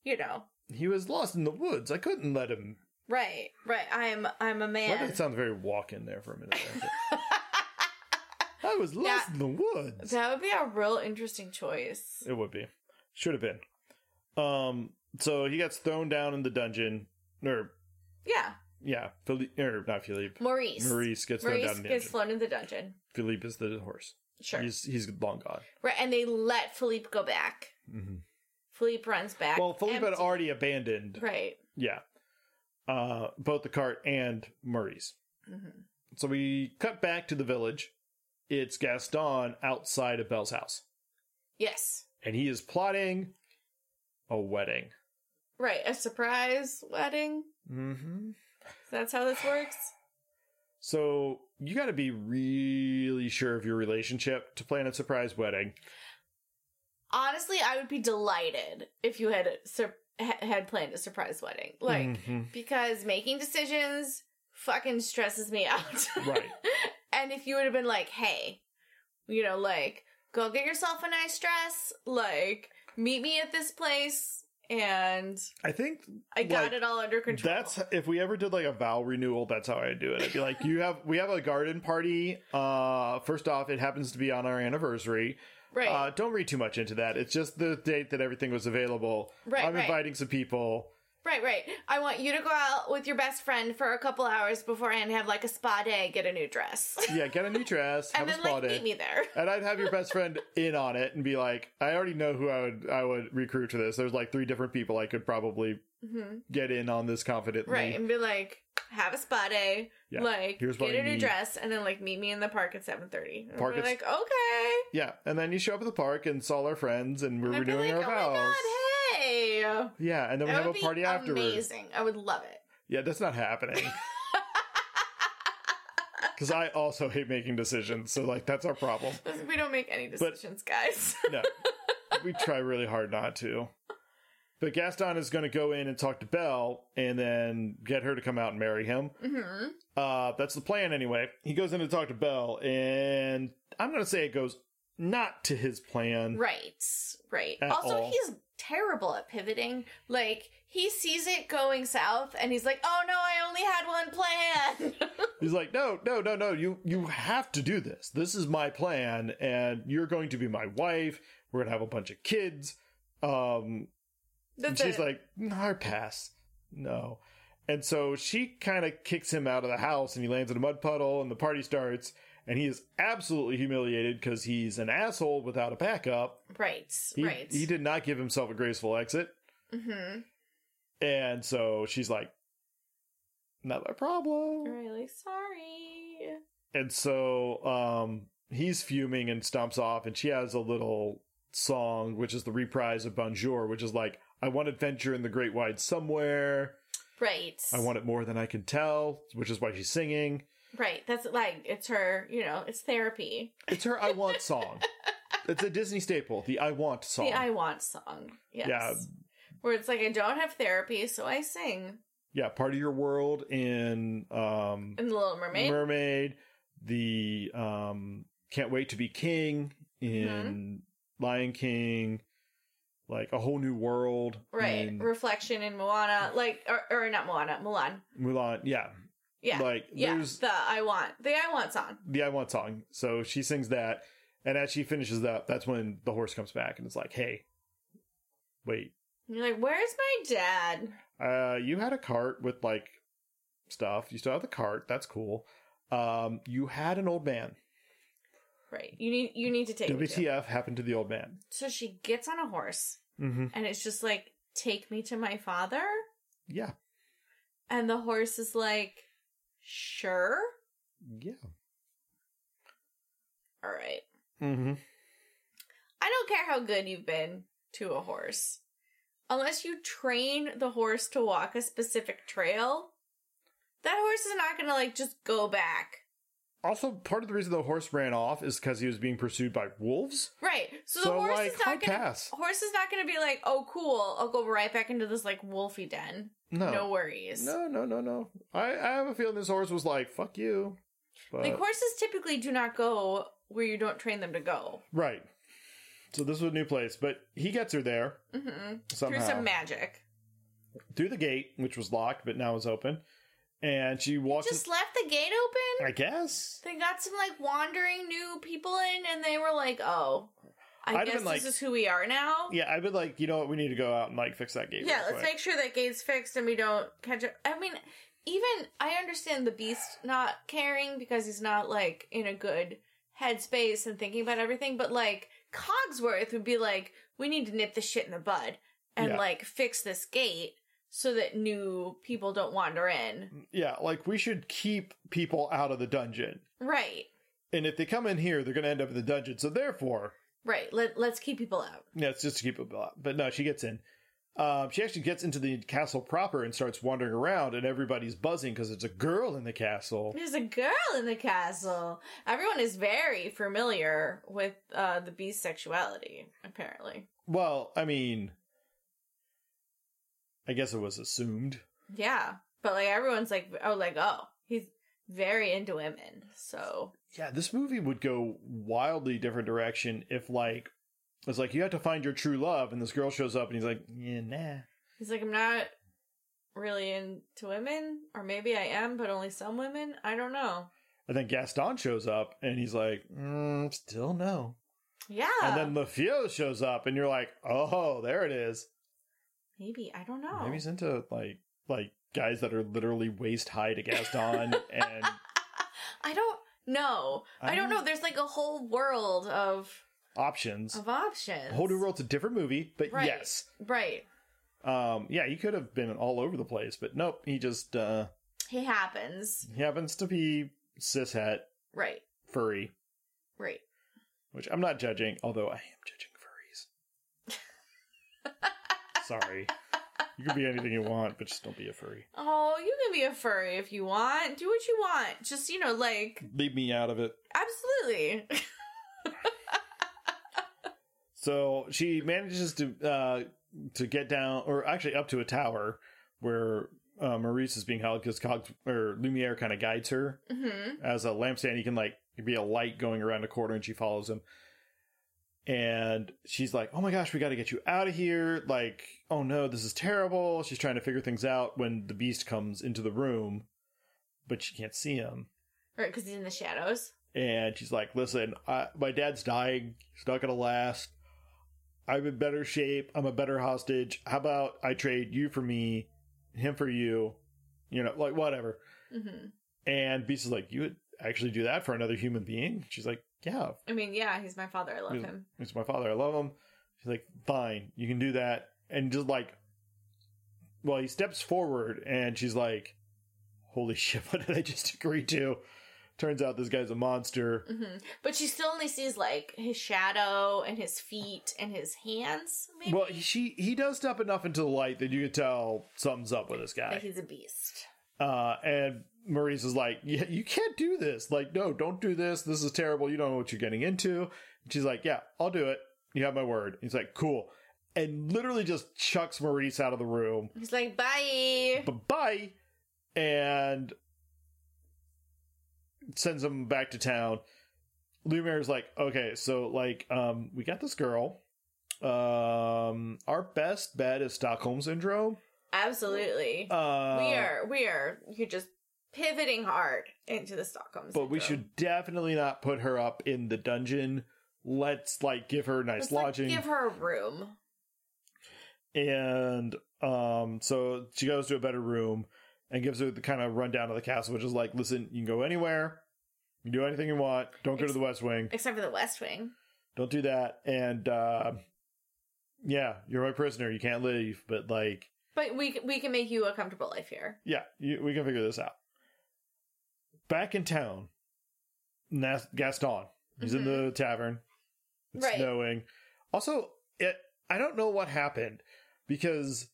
you know. he was lost in the woods. I couldn't let him. Right, right. I'm I'm a Why man. did it sound very walk in there for a minute? there? I was lost That- in the woods. that would be a real interesting choice. It would be. Should have been. Um. So he gets thrown down in the dungeon, or Yeah. yeah, Philippe, or not Philippe. Maurice. Maurice gets Maurice thrown down in the gets dungeon. flown in the dungeon. Philippe is the horse. Sure. He's he's long gone. right, and they let Philippe go back. Mm-hmm. Philippe runs back. Well, Philippe had empty. already abandoned. Right. Yeah. Uh, both the cart and Maurice. Mhm. So we cut back to the village. It's Gaston outside of Belle's house, Yes. and he is plotting a wedding. Right. A surprise wedding. Mm-hmm. That's how this works. So you got to be really sure of your relationship to plan a surprise wedding. honestly, I would be delighted if you Mm. had sur- ha- had planned a surprise wedding, like Mhm. because making decisions fucking stresses me out. Right. and if you would have been like, hey, you know, like, go get yourself a nice dress, like, meet me at this place, and I think I got Like, it all under control. That's uh, if we ever did like a vow renewal, that's how I'd do it. I'd be like, you have we have a garden party. Uh first off, it happens to be on our anniversary. right. Uh don't read too much into that. It's just the date that everything was available. Right, I'm right. inviting some people. Right, right. I want you to go out with your best friend for a couple hours beforehand, have like a spa day, get a new dress, Yeah, get a new dress, have and a then spa like day. meet me there. And I'd have your best friend in on it and be like, I already know who I would I would recruit to this. There's like three different people I could probably hmm get in on this confidently. Right, and be like, have a spa day, Yeah. like Here's what get I a new need. dress, and then like meet me in the park at seven thirty. Park we're is- like, okay. Yeah. And then you show up at the park and it's all our friends and we're And I'd be renewing like, our oh vows. my god, hey. Yeah, and then we that have a would be party afterwards. amazing. I would love it. Yeah, that's not happening. Because I also hate making decisions, so like that's our problem. We don't make any decisions, guys. No, we try really hard not to. But Gaston is going to go in and talk to Belle, and then get her to come out and marry him. hmm Uh, that's the plan, anyway. He goes in to talk to Belle, and I'm going to say it goes not to his plan. Right, right. At also, all. he's terrible at pivoting. Like, he sees it going south and he's like, oh no, I only had one plan. He's like, no, no, no, no. You you have to do this. This is my plan, and you're going to be my wife. We're gonna have a bunch of kids. Um, and That's she's it. like, "No, I pass. No. And so she kind of kicks him out of the house, and he lands in a mud puddle, and the party starts. And he is absolutely humiliated because he's an asshole without a backup. right, He, right. He did not give himself a graceful exit, Mm-hmm. and so she's like, "Not my problem." Really sorry. And so um, he's fuming and stomps off, and she has a little song, which is the reprise of Bonjour, which is like, I want adventure in the great wide somewhere. Right. I want it more than I can tell, which is why she's singing. Right. That's like, it's her, you know, it's therapy. It's her I Want song. It's a Disney staple, the I Want song. The I Want song. Yes. Yeah. Where it's like, I don't have therapy, so I sing. yeah, part of your world in um, In The Little Mermaid. Mermaid, the um, Can't Wait to Be King Mm-hmm. in Lion King, like a whole new world. right. in Reflection in Moana. Like, or, or not Moana, Mulan. Mulan. Yeah. Yeah. Like yeah. there's The I Want. The I Want song. the I Want song. So she sings that. And as she finishes up, that's when the horse comes back and is like, hey, wait, You're like, where's my dad? uh, you had a cart with like stuff. You still have the cart. That's cool. Um, you had an old man. Right. You need you need to take me to. WTF happened to the old man. So she gets on a horse Mm-hmm. and it's just like, take me to my father. Yeah. And the horse is like, sure. Yeah. All right. Mm-hmm. I don't care how good you've been to a horse. Unless you train the horse to walk a specific trail, that horse is not going to like just go back. Also, part of the reason the horse ran off is because he was being pursued by wolves. Right. So, the So, horse like, is not Oh, hard going to pass. horse is not going to be like, "Oh cool, I'll go right back into this like wolfy den." No. No worries. no, no, no, no. I, I have a feeling this horse was like, fuck you. But, Like horses typically do not go where you don't train them to go. right. So this was a new place, but he gets her there hmm somehow. Through some magic. through the gate, which was locked but now is open. And she walks. Just left the gate open. I guess. They got some like wandering new people in, and they were like, "Oh, I I'd have guess been this like- is who we are now." Yeah, I've been like, you know what? We need to go out and like fix that gate. Yeah, real let's quick. make sure that gate's fixed and we don't catch up. I mean, even I understand the beast not caring because he's not like in a good headspace and thinking about everything, but like Cogsworth would be like, we need to nip this shit in the bud and Yeah. like fix this gate so that new people don't wander in. Yeah, like we should keep people out of the dungeon, Right. and if they come in here, they're going to end up in the dungeon. So therefore, Right. Let, let's keep people out. yeah, it's just to keep it. blocked. But no, she gets in. Um, she actually gets into the castle proper and starts wandering around, and everybody's buzzing because it's a girl in the castle. There's a girl in the castle. Everyone is very familiar with uh, the beast's sexuality, apparently. Well, I mean, I guess it was assumed. Yeah. But like everyone's like oh like oh he's very into women. So Yeah, this movie would go wildly different direction if like it's like you have to find your true love, and this girl shows up, and he's like, yeah, nah. he's like, I'm not really into women, or maybe I am, but only some women. I don't know. And then Gaston shows up, and he's like, mm, still no. Yeah, And then LeFio shows up, and you're like, oh, there it is. maybe I don't know. Maybe he's into like like guys that are literally waist high to Gaston, and I don't know. I, I don't don't- know. There's like a whole world of options. of options. A whole new world. It's a different movie, but Right. yes, Right. um, yeah, he could have been all over the place, but nope, he just uh, He happens. he happens to be cishet Right. furry, Right. which I'm not judging, although I am judging furries. Sorry, you can be anything you want, but just don't be a furry. Oh, you can be a furry if you want. Do what you want. Just, you know, like, Leave me out of it. absolutely. So she manages to uh, to get down, or actually up to a tower where uh, Maurice is being held because Cog or Lumiere kind of guides her hmm as a lampstand. He can like be a light going around a corner, and she follows him. And she's like, "Oh my gosh, we got to get you out of here!" Like, "Oh no, this is terrible." She's trying to figure things out when the beast comes into the room, but she can't see him Right, because he's in the shadows. and she's like, "Listen, I, my dad's dying. He's not gonna last. I'm in better shape. I'm a better hostage. How about I trade you for me, him for you? You know, like whatever." hmm And Beast is like, "You would actually do that for another human being?" She's like, "Yeah, I mean, yeah, he's my father. I love Yeah. him. it's my father. I love him." She's like, "Fine, you can do that." And just like, well, he steps forward, and she's like, "Holy shit! What did I just agree to?" Turns out this guy's a monster. hmm But she still only sees, like, his shadow and his feet and his hands, maybe. Well, he- she he does step enough into the light that you can tell something's up with this like, guy. he's a beast. Uh, and Maurice is like, "Yeah, you can't do this. Like, no, don't do this. This is terrible. You don't know what you're getting into." And she's like, "Yeah, I'll do it. You have my word." He's like, "Cool," and literally just chucks Maurice out of the room. He's like, bye. But bye, and sends him back to town. Lumiere's like, okay, so like, um, we got this girl. Um, our best bet is Stockholm syndrome. Absolutely. Uh, we are, we are, you're just pivoting hard into the Stockholm but we syndrome. should definitely not put her up in the dungeon. Let's like give her nice Let's, like, lodging, give her a room. and um, so she goes to a better room and gives her the kind of rundown of the castle, which is like, listen, you can go anywhere, you can do anything you want. Don't go to Ex- the West Wing. Except for the West Wing. don't do that and uh yeah you're my prisoner you can't leave but like But we c- we can make you a comfortable life here. yeah you, we can figure this out back in town Nas- gaston he's in the tavern it's Right. snowing also it, i don't know what happened because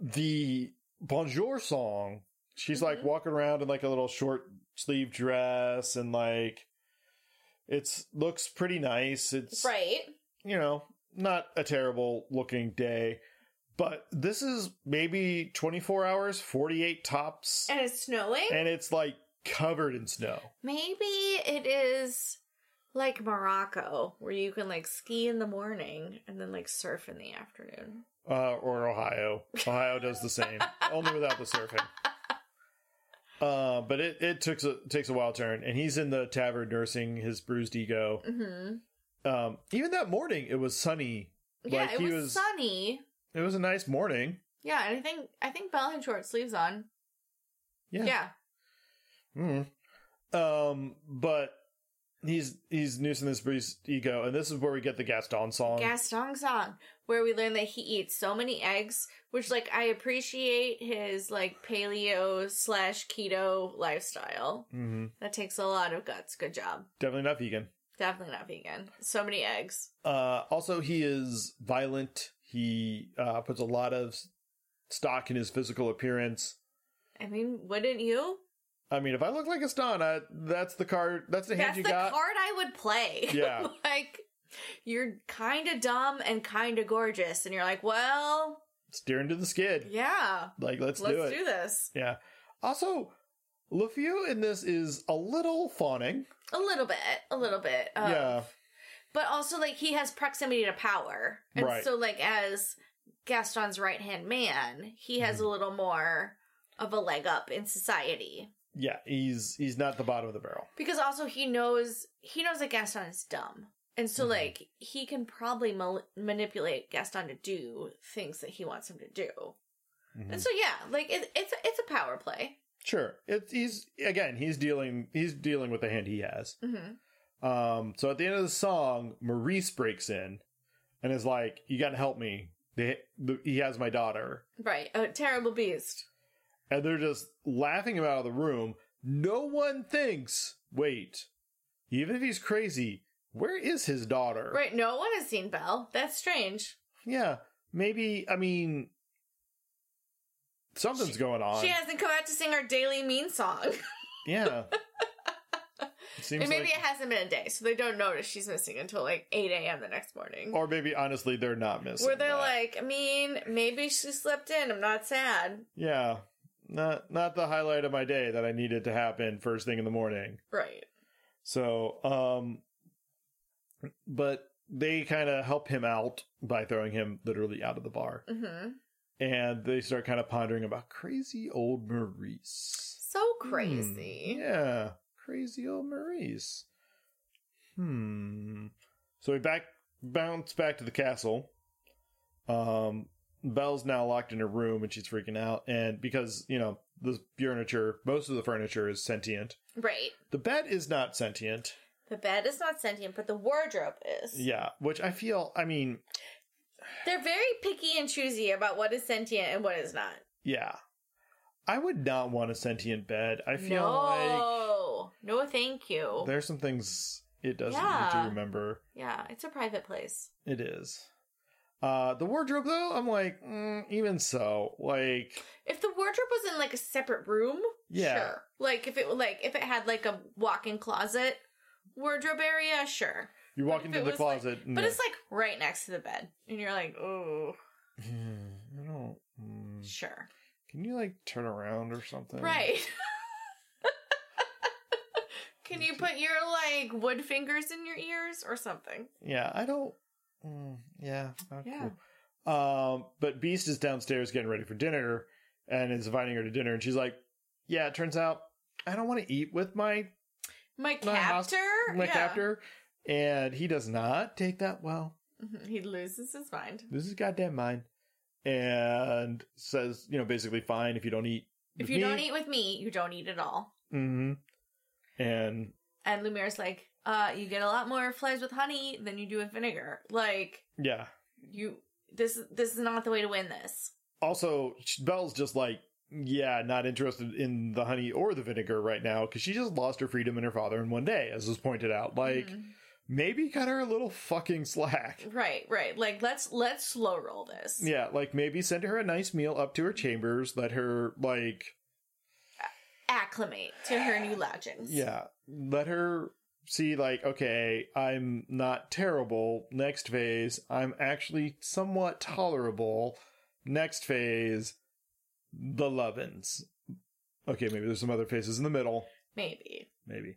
the bonjour song she's like Mhm. walking around in like a little short sleeve dress and like it's looks pretty nice it's Right. you know, not a terrible looking day, but this is maybe 24 hours, 48 tops, And it's snowing? and it's like covered in snow. Maybe it is like Morocco, where you can like ski in the morning and then like surf in the afternoon. Uh, or Ohio. Ohio does the same, only without the surfing. Uh, but it, it took a, takes a wild turn, and he's in the tavern nursing his bruised ego. hmm Um, even that morning, it was sunny. Yeah, Like, it he was, was- sunny. It was a nice morning. Yeah, and I think I think Belle had short sleeves on. Yeah. Yeah. Mm. Um, but he's he's noosing this breeze ego, and this is where we get the Gaston song. Gaston song, where we learn that he eats so many eggs, which like I appreciate his like paleo slash keto lifestyle. Mhm. That takes a lot of guts. Good job. Definitely not vegan. Definitely not vegan. So many eggs. Uh, also he is violent. He uh puts a lot of s- stock in his physical appearance. I mean, wouldn't you? I mean, if I look like Gaston, I, that's the card. That's the hand That's you the got. card I would play. Yeah. like, you're kind of dumb and kind of gorgeous. And you're like, well, Steer into the skid. yeah, Like, let's, let's do it. do this. Yeah. Also, LeFou in this is a little fawning. A little bit, a little bit. Of, Yeah. But also, like, he has proximity to power. And Right. so, like, as Gaston's right hand man, he has Mm-hmm. a little more of a leg up in society. Yeah, he's he's not the bottom of the barrel. Because also, he knows, he knows that Gaston is dumb. And so, Mhm. like, he can probably mal- manipulate Gaston to do things that he wants him to do. Mm-hmm. Mm. And so, yeah, like, it, it's, it's a power play. Sure. It's he's again, he's dealing he's dealing with the hand he has. hmm Um so at the end of the song, Maurice breaks in and is like, "You got to help me. They, the, he has my daughter." Right. A terrible beast. And they're just laughing him out of the room. No one thinks, "Wait. Even if he's crazy, where is his daughter?" Right. No one has seen Belle. That's strange. Yeah. Maybe I mean something's going on. She hasn't come out to sing our daily mean song. yeah. It seems And maybe like- it hasn't been a day, so they don't notice she's missing until like 8 a.m. the next morning. or maybe honestly they're not missing. Where they're that. like, I mean, maybe she slept in. I'm not sad. Yeah. Not not the highlight of my day that I needed to happen first thing in the morning. Right. So, um but they kind of help him out by throwing him literally out of the bar. hmm And they start kind of pondering about crazy old Maurice. So Hmm, crazy. yeah. Crazy old Maurice. Hmm. So we back bounce back to the castle. Um Belle's now locked in her room and she's freaking out. And because, you know, the furniture, most of the furniture is sentient. Right. The bed is not sentient. The bed is not sentient, but the wardrobe is. Yeah. Which I feel I mean, They're very picky and choosy about what is sentient and what is not. yeah. I would not want a sentient bed. I feel no. no, thank you. like there's some things it doesn't need Yeah. to remember. Yeah, it's a private place. It is. Uh, the wardrobe though, I'm like, mm, even so, like, If the wardrobe was in like a separate room, Yeah. sure. Like if it like if it had like a walk-in closet wardrobe area, sure. you But walk if into it the was, like- closet, But it's like right next to the bed, and you're like, oh, like, "Hmm, I don't. mm. Um. sure, Can you like turn around or something? right. Can you put your like wood fingers in your ears or something? Yeah, I don't. mm, yeah, not Yeah. cool. Um, but Beast is downstairs getting ready for dinner, and is inviting her to dinner, and she's like, "Yeah, it turns out I don't want to eat with my My My hos- captor, my Yeah. captor," and he does not take that well. Mhm, He loses his mind. this is goddamn mine and says you know basically fine if you don't eat If you don't eat with me, you don't eat at all. hmm and And Lumiere's like, uh, you get a lot more flies with honey than you do with vinegar. Like, yeah you this this is not the way to win this. also sh- belle's just like yeah not interested in the honey or the vinegar right now because she just lost her freedom and her father in one day as was pointed out like Mhm. maybe cut her a little fucking slack right, right. Like let's let's slow roll this. yeah like maybe send her a nice meal up to her chambers let her like Acclimate to her new lodgings. Yeah. Let her see, like, okay, I'm not terrible. Next phase, I'm actually somewhat tolerable. Next phase, the lovin's. Okay, maybe there's some other phases in the middle. Maybe. Maybe.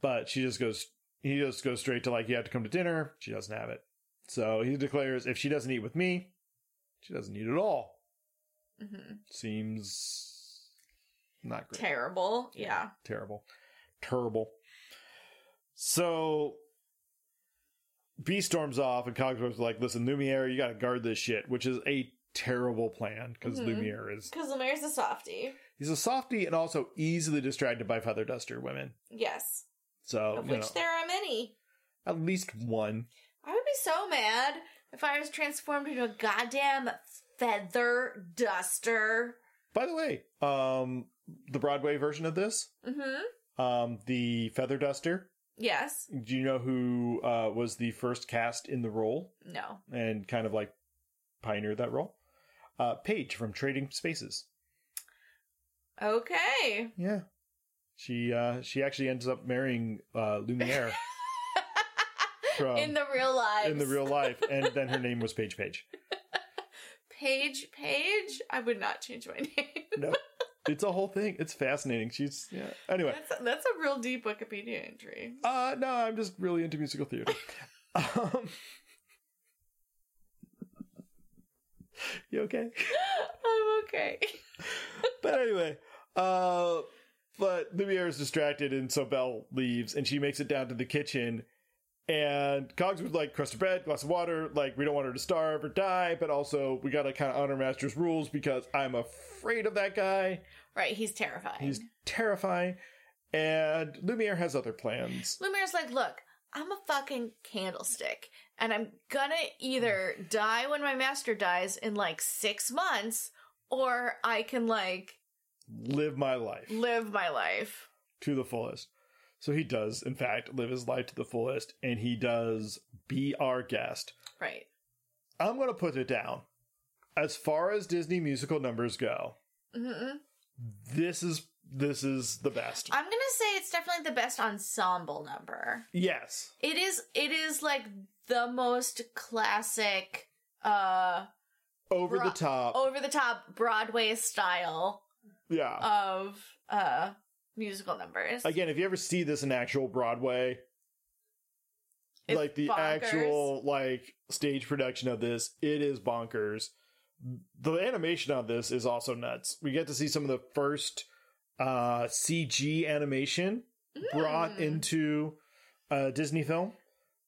But she just goes, he just goes straight to, like, you have to come to dinner. She doesn't have it. So he declares, if she doesn't eat with me, she doesn't eat at all. hmm Seems not great Terrible. Yeah. terrible terrible so b storms off and cogsworth's like listen lumiere you gotta guard this shit which is a terrible plan because Mhm. lumiere is Because Lumiere's a softie. he's a softie and also easily distracted by feather duster women Yes. so of you which know, there are many. at least one I would be so mad if I was transformed into a goddamn feather duster. by the way um the broadway version of this Mm-hmm. um the feather duster Yes. do you know who uh was the first cast in the role No. and kind of like pioneered that role. Uh, Paige from Trading Spaces. Okay. Yeah. She uh, she actually ends up marrying uh, Lumiere from in the real life. Um, in the real life, and then her name was Paige Page. Page, Page, I would not change my name. No. it's a whole thing. It's fascinating. She's yeah. Anyway, That's a, that's a real deep Wikipedia entry. uh, no, I'm just really into musical theater. um, you okay? I'm okay. But anyway, uh, but Lumiere is distracted, and so Belle leaves, and she makes it down to the kitchen. And Cogs would like crust of bread, glass of water. Like we don't want her to starve or die, but also we gotta kind of honor Master's rules because I'm afraid of that guy. Right, he's terrified. He's terrifying. And Lumiere has other plans. Lumiere's like, look, I'm a fucking candlestick, and I'm gonna either die when my master dies in like six months, or I can like Live my life live my life. to the fullest. So he does, in fact, live his life to the fullest, and he does be our guest. Right. I'm gonna put it down. As far as Disney musical numbers go, Mm-mm. this is this is the best. I'm gonna say it's definitely the best ensemble number. yes. It is. It is like the most classic, uh, Over Bra- the top. over the top Broadway style yeah. of uh musical numbers. Again, if you ever see this in actual Broadway, It's like the bonkers. actual like stage production of this it is bonkers the animation on this is also nuts we get to see some of the first uh cg animation brought Mm. into a disney film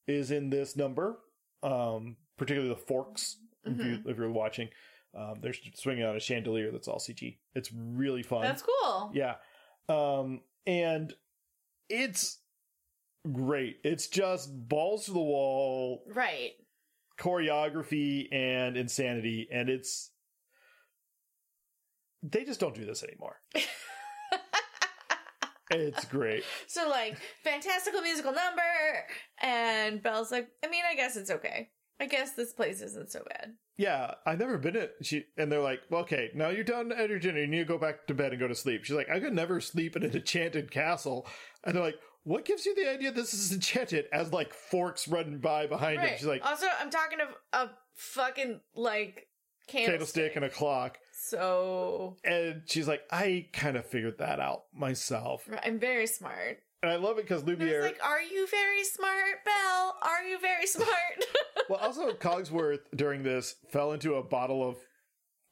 is in this number um particularly the forks if, Mm-hmm. you, if you're watching um they're swinging on a chandelier that's all cg it's really fun That's cool. yeah. Um, and it's great. It's just balls to the wall Right. choreography and insanity. And it's. They just don't do this anymore. it's great. So like fantastical musical number, and Belle's like, I mean, I guess it's okay. I guess this place isn't so bad. Yeah, I've never been at she and they're like, well, okay, now you're done at your dinner, you need to go back to bed and go to sleep. She's like, I could never sleep in an enchanted castle. And they're like, What gives you the idea this is enchanted? As like forks running by behind him. Right. Oh, She's like, also, I'm talking of a stick. fucking like candlestick candlestick, and a clock. so And she's like, I kind of figured that out myself. I'm very smart. And I love it because And I was Lumiere. like, "Are you very smart, Belle? Are you very smart?" well, also Cogsworth during this fell into a bottle of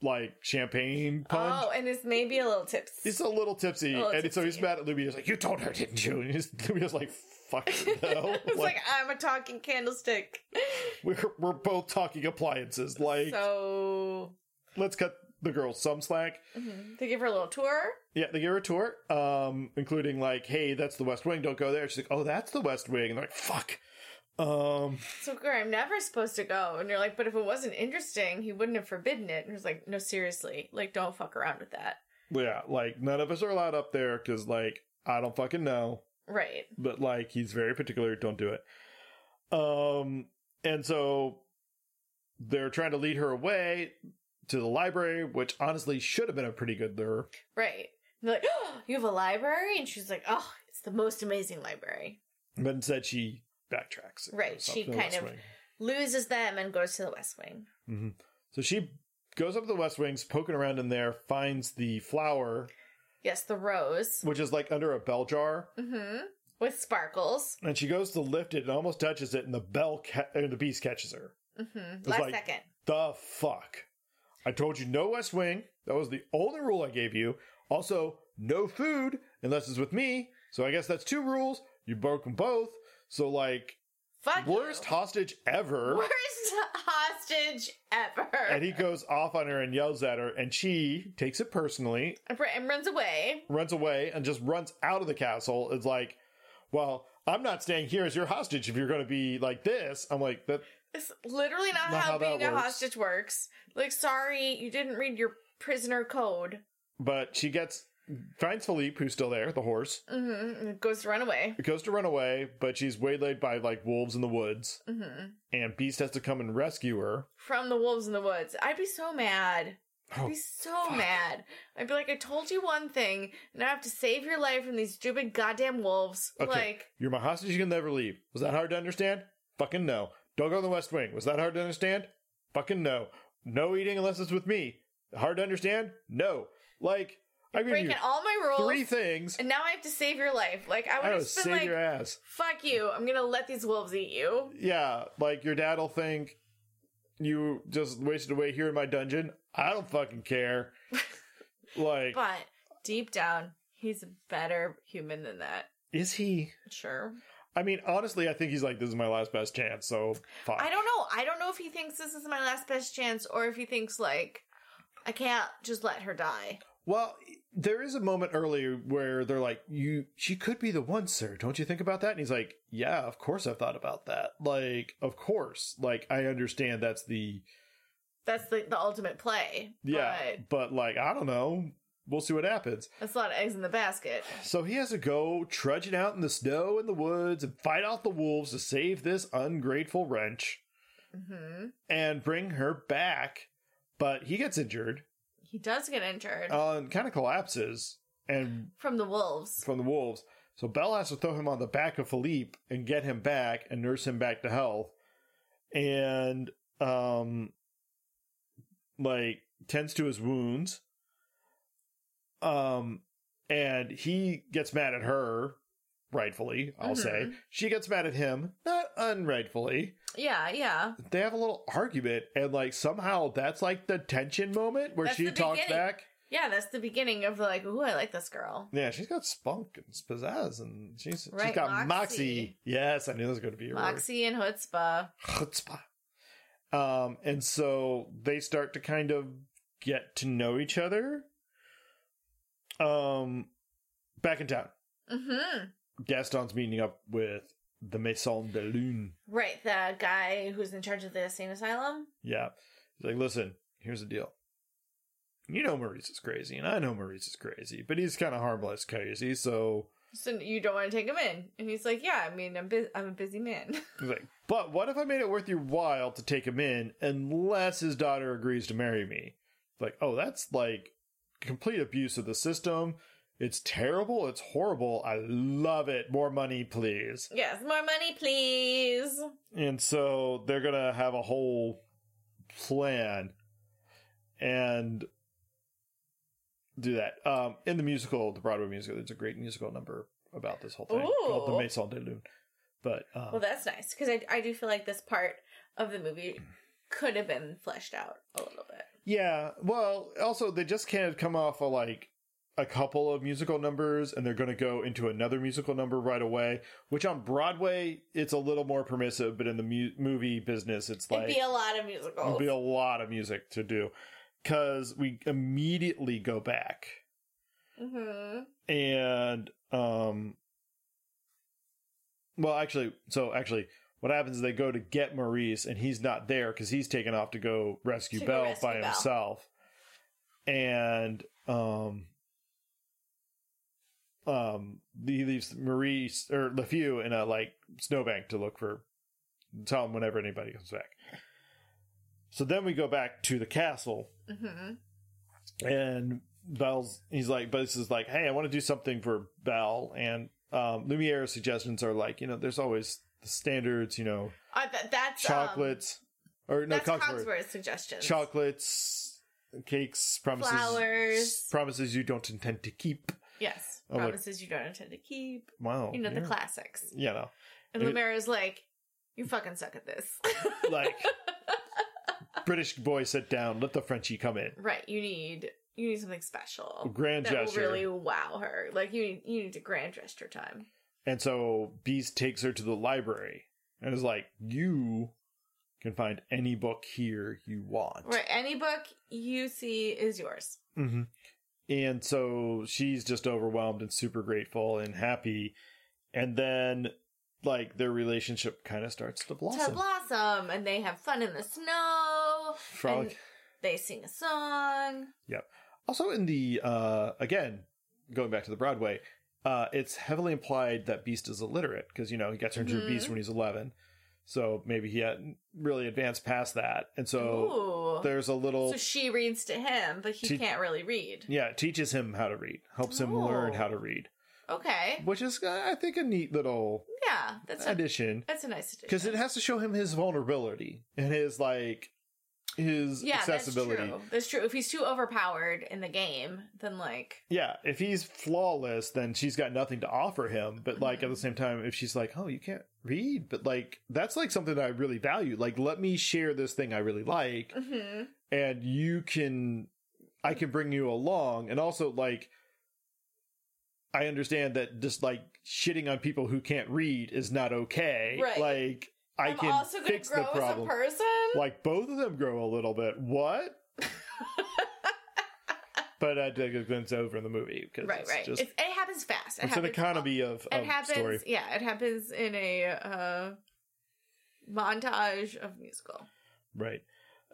like champagne punch. oh, and it's maybe a little tipsy. He's a little tipsy, A little and so he's tipsy. mad at Lumiere. He's like, "You told her, didn't you?" And he's, Lumiere's like, "Fuck no!" it's like, I'm a talking candlestick. we're we're both talking appliances. Like, so let's cut the girl some slack. mhm. they give her a little tour. Yeah, they give her a tour, um, including like, "Hey, that's the West Wing. Don't go there." She's like, "Oh, that's the West Wing." And they're like, "Fuck." Um, So girl, I'm never supposed to go. And you're like, but if it wasn't interesting, he wouldn't have forbidden it. And he's like, no, seriously, like don't fuck around with that. Yeah, like none of us are allowed up there because, like, I don't fucking know. Right. But like, he's very particular. Don't do it. Um, and so they're trying to lead her away to the library, which honestly should have been a pretty good lure. Right. And they're like, oh, you have a library? And she's like, oh, it's the most amazing library. But instead, she backtracks. and Right, goes up she to the kind West of- Wing. Loses them and goes to the West Wing. Mhm. So she goes up to the West Wings, poking around in there, finds the flower, Yes, the rose. which is like under a bell jar. Mm-hmm. With sparkles. And she goes to lift it and almost touches it, and the bell ca- or the beast catches her. Mm-hmm. Last like- second. the fuck? I told you no West Wing. That was the only rule I gave you. Also, no food unless it's with me. So I guess that's two rules. You broke them both. So like Fuck you. worst hostage ever. Worst hostage ever. And he goes off on her and yells at her, and she takes it personally, and runs away. runs away, and just runs out of the castle. It's like, well, I'm not staying here as your hostage if you're going to be like this. I'm like that. It's literally not, Not how, how that being a works. hostage works. Like, sorry, you didn't read your prisoner code. But she gets finds Philippe, who's still there, the horse, Mm-hmm. Goes to run away. It goes to run away, but she's waylaid by like wolves in the woods, Mm-hmm. and Beast has to come and rescue her. From the wolves in the woods. I'd be so mad. I'd Oh, be so mad. I'd be like, I told you one thing, now I have to save your life from these stupid goddamn wolves. Okay. Like, You're my hostage, you can never leave. Was that hard to understand? Fucking no. Don't go in the West Wing. Was that hard to understand? Fucking no. No eating unless it's with me. Hard to understand? No. Like, I mean, breaking all my rules. three things. and now I have to save your life. Like I I would would have just save been like, your ass. "Fuck you! I'm gonna let these wolves eat you." Yeah, like your dad'll think you just wasted away here in my dungeon. I don't fucking care. like, But deep down, he's a better human than that. is he? Sure. I mean, honestly, I think he's like, this is my last best chance. So, fuck. I don't know. I don't know if he thinks this is my last best chance, or if he thinks like I can't just let her die. Well, there is a moment earlier where they're like, "You, she could be the one, sir. Don't you think about that?" And he's like, "Yeah, of course I've thought about that. Like, of course. Like, I understand that's the That's the, the ultimate play. yeah, But but like, I don't know. We'll see what happens." that's a lot of eggs in the basket. So he has to go trudging out in the snow and the woods and fight off the wolves to save this ungrateful wrench hmm and bring her back. But he gets injured He does get injured uh, and kind of collapses and from the wolves. from the wolves. So Belle has to throw him on the back of Philippe and get him back and nurse him back to health. And um like tends to his wounds. Um and he gets mad at her, rightfully, I'll say. Mm-hmm. She gets mad at him, not unrightfully. Yeah, yeah. They have a little argument and like somehow that's like the tension moment where That's she the talks beginning. back. Yeah, that's the beginning of like, ooh, I like this girl. Yeah, she's got spunk and pizzazz, and she's she's Right, got moxie. moxie. Yes, I knew that was going to be your word. Moxie and Hutzpah. Chutzpah. Um, and so they start to kind of get to know each other. Um, back in town, hmm Gaston's meeting up with the Maison de Lune. Right, the guy who's in charge of the insane asylum. Yeah, he's like, listen, here's the deal. You know Maurice is crazy, and I know Maurice is crazy, but he's kind of harmless crazy, so So you don't want to take him in, and he's like, "Yeah, I mean, I'm bu- I'm a busy man." He's like, but what if I made it worth your while to take him in unless his daughter agrees to marry me? It's Like, oh, that's like complete abuse of the system. It's terrible. It's horrible. I love it. More money, please. yes, more money, please. And so they're going to have a whole plan and do that. Um, in the musical, the Broadway musical, there's a great musical number about this whole thing called The Ooh. Maison de Lune. But um, Well, that's nice because I I do feel like this part of the movie could have been fleshed out a little bit. Yeah. Well, also they just can't come off of like a couple of musical numbers and they're going to go into another musical number right away, which on Broadway it's a little more permissive, but in the mu- movie business it's like It'd be a lot of musicals. it'll be a lot of music to do cuz we immediately go back hmm and um well actually so actually what happens is they go to get Maurice and he's not there because he's taken off to go rescue To go Belle rescue by Belle. himself. And um um he leaves Maurice or LeFew in a like snowbank to look for tell him whenever anybody comes back. So then we go back to the castle hmm and Belle's he's like, but this is like, hey, I want to do something for Belle, and um, Lumiere's suggestions are like, you know, there's always the standards, you know, Uh, th- that's um, chocolates or no, that's Cogsworth. Cogsworth's suggestions. chocolates, cakes, promises, Flowers. promises you don't intend to keep. yes, Oh, wait. promises you don't intend to keep. Wow, You know yeah. the classics. you know, And It- Lumera's like, "You fucking suck at this." like British boy, sit down, let the Frenchie come in. Right. You need you need something special. Grand that gesture. will really wow her. Like you need you need to grand gesture time. And so Beast takes her to the library and is like, You can find any book here you want. Right. Any book you see is yours. hmm And so she's just overwhelmed and super grateful and happy. And then, like, their relationship kind of starts to To blossom. blossom and they have fun in the snow. Frolic. and they sing a song. also, in the, uh, again, going back to the Broadway, uh, it's heavily implied that Beast is illiterate because, you know, he got turned into a Mhm. beast when he's 11. So maybe he hadn't really advanced past that. And so. Ooh. there's a little So she reads to him, but he She- can't really read. yeah it teaches him how to read helps him Oh. learn how to read Okay. which is uh, i think a neat little Yeah. That's a addition that's a nice addition. because it has to show him his vulnerability and his like his Yeah, that's accessibility. true. That's true. If he's too overpowered in the game, then like Yeah, if he's flawless, then she's got nothing to offer him. But like at Mm-hmm. the same time, if she's like, "Oh, you can't read," but like that's like something that I really value. Like, let me share this thing I really like, mhm. and you can, I can bring you along, and also like, I understand that just like shitting on people who can't read is not okay. Right. Like, I I'm can also gonna fix grow the problem. as a person. like both of them grow a little bit. What? but I did a glimpse over in the movie because right, it's right. just It's, it happens fast. it's It an happens economy of, it of happens story. yeah it happens in a uh montage of musical Right.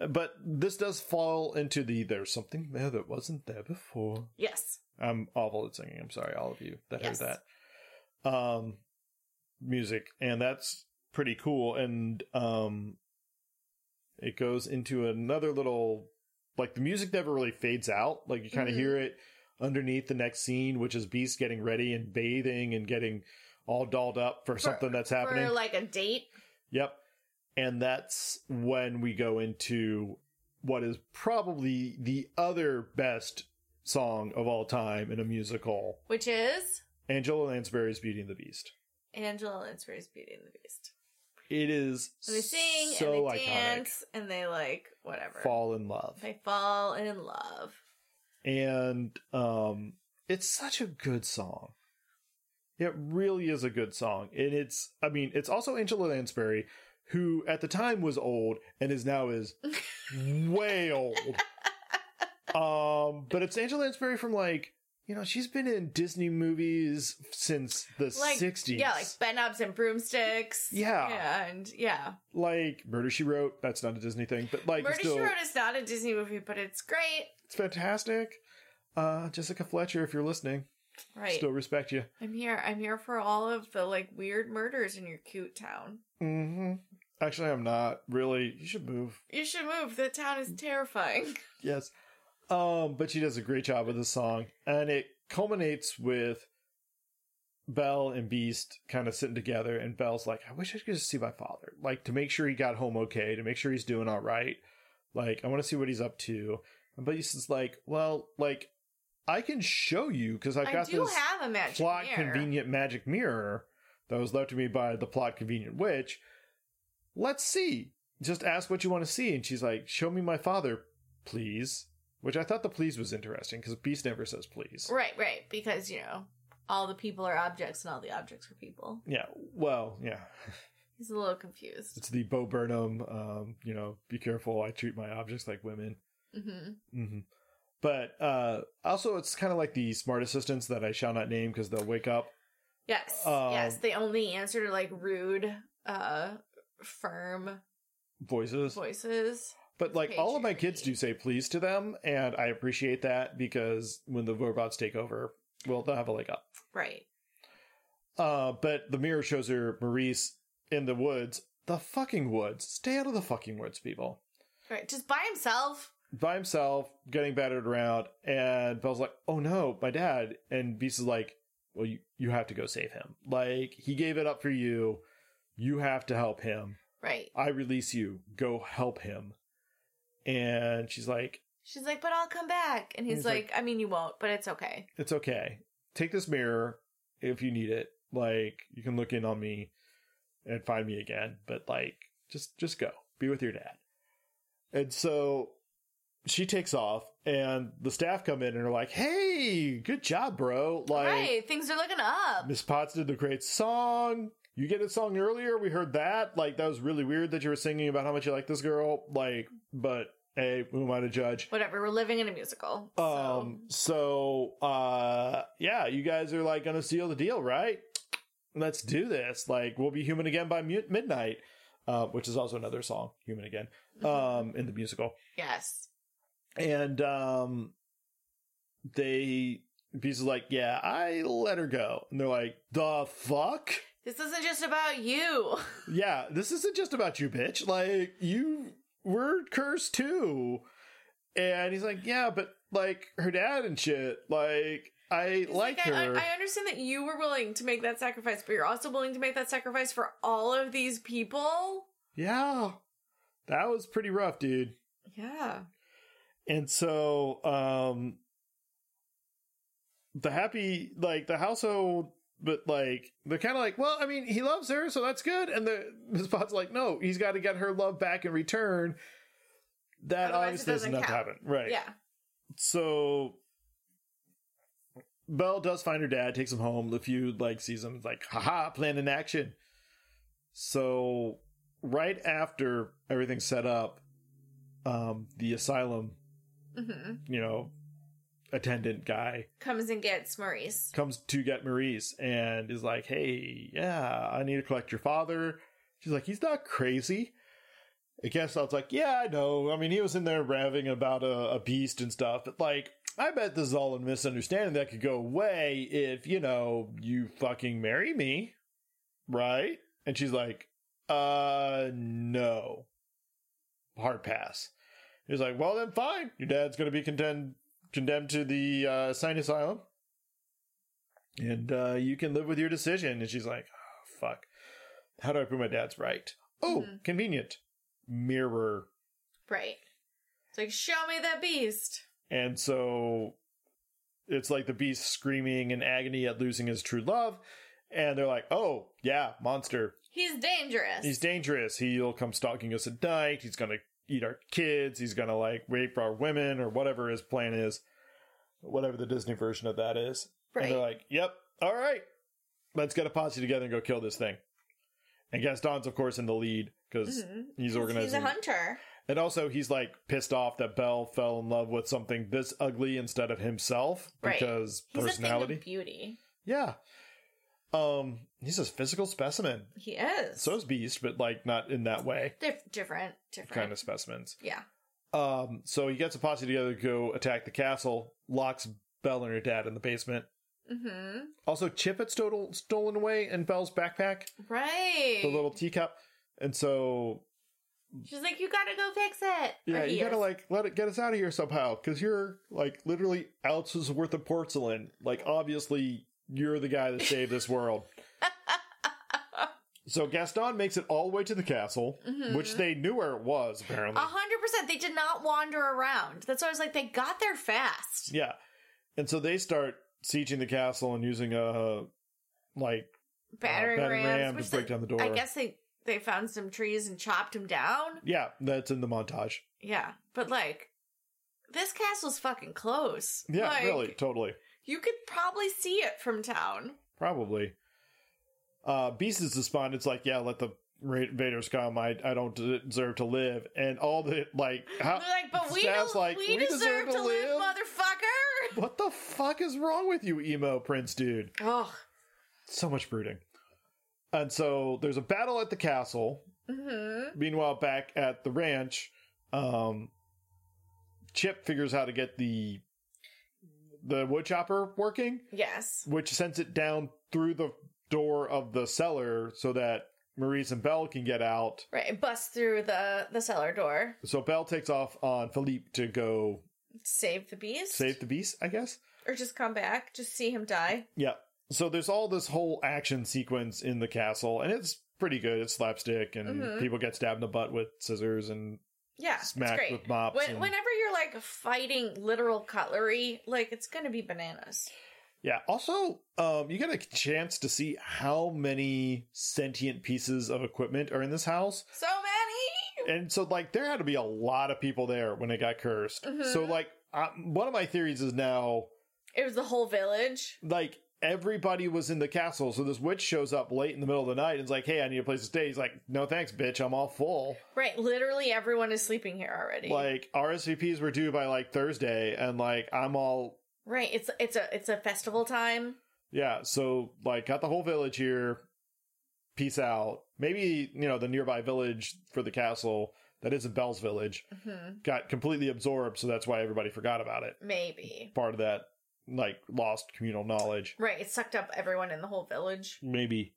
But this does fall into the there's something there that wasn't there before. yes I'm awful at singing. I'm sorry, all of you that Yes. heard that. Um, music, and that's pretty cool. And um, it goes into another little like the music never really fades out. Like you kind of Mhm. hear it underneath the next scene, which is Beast getting ready and bathing and getting all dolled up for, something that's happening. for like a date Yep. And that's when we go into what is probably the other best song of all time in a musical which is Angela Lansbury's Beauty and the Beast. angela lansbury's beauty and the beast It is and they sing so and iconic. they dance and they like whatever Fall in love. they fall in love And um, it's such a good song. It really is a good song. And it's, I mean, it's also Angela Lansbury, who at the time was old and is now is way old. Um, but it's Angela Lansbury from like, you know, she's been in Disney movies since the like 60s. yeah like ben ups and broomsticks Yeah. and yeah Like Murder She Wrote. That's not a Disney thing, but like, murder still, she wrote is not a disney movie but it's great it's fantastic. Uh, Jessica Fletcher, if you're listening, right still respect you. i'm here i'm here for all of the like weird murders in your cute town hmm Actually, I'm not really. You should move. You should move. The town is terrifying. Yes. Um, but she does a great job with this song, and it culminates with Belle and Beast kind of sitting together, and Belle's like, "I wish I could just see my father, like to make sure he got home okay, to make sure he's doing all right. Like, I want to see what he's up to." And Beast is like, "Well, like, I can show you because I've I got do this have a magic plot mirror. convenient magic mirror that was left to me by the plot convenient witch. Let's see. Just ask what you want to see. And she's like, Show me my father, please. Which I thought the please was interesting because Beast never says please. Right, right. Because you know, all the people are objects, and all the objects are people. Yeah. Well, yeah. He's a little confused. It's the Bo Burnham, um, you know, be careful. I treat my objects like women. hmm hmm But uh, also, it's kind of like the smart assistants that I shall not name because they'll wake up. Yes, Um, yes. They only answer to like rude, uh, firm Voices. voices. But like all of my kids patriarchy. do say please to them, and I appreciate that because when the robots take over, well, they'll have a leg up. Right. Uh, but the mirror shows her Maurice in the woods, the fucking woods. Stay out of the fucking woods, people. Right. Just by himself. By himself, getting battered around, and Belle's like, "Oh no, my dad!" And Beast is like, "Well, you you have to go save him. Like he gave it up for you. You have to help him. Right. I release you. Go help him." And she's like, She's like, but I'll come back, and he's, He's like, like- I mean, you won't, but it's okay. it's okay. Take this mirror if you need it. Like you can look in on me and find me again, but like just just go. Be with your dad. And so she takes off and the staff come in and are like, "Hey, good job, bro." Like right. Things are looking up. Miss Potts did the great song. You get a song earlier. We heard that. Like that was really weird that you were singing about how much you like this girl. Like, but hey, who am I to judge? Whatever. We're living in a musical. so- Um. So, uh, yeah, you guys are like gonna seal the deal, right? Let's do this. Like, we'll be human again by mu- midnight, uh, which is also another song, "Human Again," Mm-hmm. um, in the musical. yes. And um, they Beast is like, "Yeah, I let her go," and they're like, "The fuck." This isn't just about you. Yeah, this isn't just about you, bitch. Like, you were cursed too. And he's like, yeah, but like her dad and shit. Like, I It's like, I- her. I, I understand that you were willing to make that sacrifice, but you're also willing to make that sacrifice for all of these people. yeah, that was pretty rough, dude. Yeah. And so um the happy like the household but like they're kind of like, well, I mean, he loves her, so that's good. And the Miss Pod's like, no, he's got to get her love back in return. That Otherwise it obviously doesn't doesn't have to count. happen, right? Yeah. So Belle does find her dad, takes him home. The feud like sees him, is like, haha, plan in action. So right after everything's set up, um, the asylum, hmm you know, attendant guy Comes and gets Maurice. comes to get Maurice and is like, "Hey, yeah, I need to collect your father." She's like, "He's not crazy." I guess I was like, "Yeah, I know. I mean, he was in there raving about a, a beast and stuff, but like, I bet this is all a misunderstanding that could go away if you know you fucking marry me, right?" And she's like, "Uh, no, hard pass." He's like, "Well, then, fine. Your dad's gonna be condemned condemned to the uh, sane asylum." and uh, you can live with your decision. And she's like, oh, fuck, how do I prove my dad's right? Oh, Mhm. convenient. Mirror. Right. It's like, show me that beast. And so it's like the beast screaming in agony at losing his true love. And they're like, oh, yeah, monster. He's dangerous. He's dangerous. He'll come stalking us at night. He's going to eat our kids. He's going to like rape our women or whatever his plan is, whatever the Disney version of that is. And they're right. like, yep, all right, let's get a posse together and go kill this thing. And Gaston's, of course, in the lead because Mhm. he's He's a organizing. hunter. and also, he's like pissed off that Belle fell in love with something this ugly instead of himself Right. because He's a personality. thing of beauty. yeah. Um, he's a physical specimen. He is. So is Beast, but like not in that way Dif- different. Different. kind of specimens. Yeah. Um, so he gets a posse together to go attack the castle, locks Belle and her dad in the basement. Mm-hmm. Also, Chip had stole, stolen away in Belle's backpack. Right. the little teacup. And so, She's like, you gotta go fix it. yeah, Or you he gotta is. like let it get us out of here somehow because you're like literally ounces worth of porcelain. Like, obviously, you're the guy that saved this world. so, Gaston makes it all the way to the castle, Mm-hmm. which they knew where it was, apparently. A hundred percent. They did not wander around. That's why I was like, they got there fast. Yeah. And so they start sieging the castle and using a like uh, Battering, battering rams, ram to which break they- down the door. I guess they they found some trees and chopped them down. yeah, that's in the montage. Yeah, but like, this castle's fucking close. Yeah, Like, really, totally. You could probably see it from town. Probably. Uh, Beast is despondent. It's like, yeah, let the Ra- Vaders come. I, I don't deserve to live. And all the, like, how, They're like, but we Staff's don't, like, we, deserve, to live, motherfucker. what the fuck is wrong with you, emo prince dude? Oh, So much brooding. And so there's a battle at the castle. mm-hmm. Meanwhile, back at the ranch, um, Chip figures how to get the the wood chopper working. yes, which sends it down through the door of the cellar so that Maurice and Belle can get out. right. Bust through the the cellar door, So Belle takes off on Philippe to go save the beast, save the beast, I guess. or just come back, just see him die. Yeah. So there's all this whole action sequence in the castle, and it's pretty good. It's slapstick, and Mhm. people get stabbed in the butt with scissors and Yeah, it's smacked great. with mops. When, and- Whenever you're like fighting literal cutlery, like it's gonna be bananas. Yeah. Also, um, you get a chance to see how many sentient pieces of equipment are in this house. So many. and so like there had to be a lot of people there when it got cursed Mhm. so like I, one of my theories is now It was the whole village. like everybody was in the castle so this witch shows up late in the middle of the night and is like hey i need a place to stay he's like no thanks bitch i'm all full Right, literally everyone is sleeping here already. like rsvps were due by like thursday and like i'm all right, it's it's a it's a festival time. yeah so like got the whole village here peace out maybe you know the nearby village for the castle that isn't bell's village hmm got completely absorbed so that's why everybody forgot about it Maybe. part of that like lost communal knowledge Right, it sucked up everyone in the whole village. maybe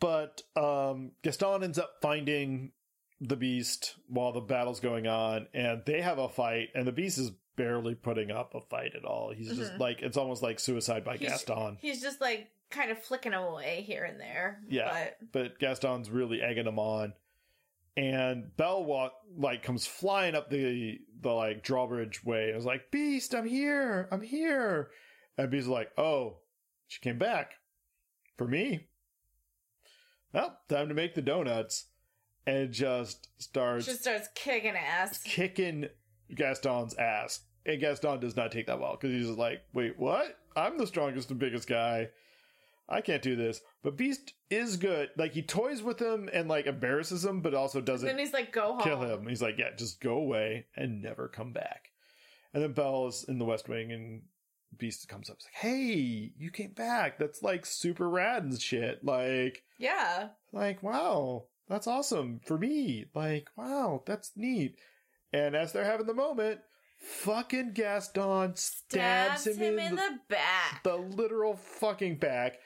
but um gaston ends up finding the beast while the battle's going on and they have a fight and the beast is barely putting up a fight at all he's just Mhm. like it's almost like suicide by He's- gaston He's just like kind of flicking away here and there. Yeah. but gaston's really egging him on and Bell walk like comes flying up the the like drawbridge way and is like, Beast, I'm here, I'm here. And Beast's like, Oh, she came back. For me. Well, time to make the donuts. And just starts She starts kicking ass. kicking Gaston's ass. And Gaston does not take that well because he's just like, wait, what? I'm the strongest and biggest guy. I can't do this. But Beast is good. Like he toys with him and like embarrasses him, but also Then doesn't he's like, "Go home." kill him. He's like, yeah, just go away and never come back. And then Belle is in the West Wing and Beast comes up. He's like, hey, you came back. That's like super rad and shit. Like, Yeah, like wow that's awesome for me like wow that's neat and as they're having the moment fucking gaston stabs, stabs him, in, the, back. the literal fucking back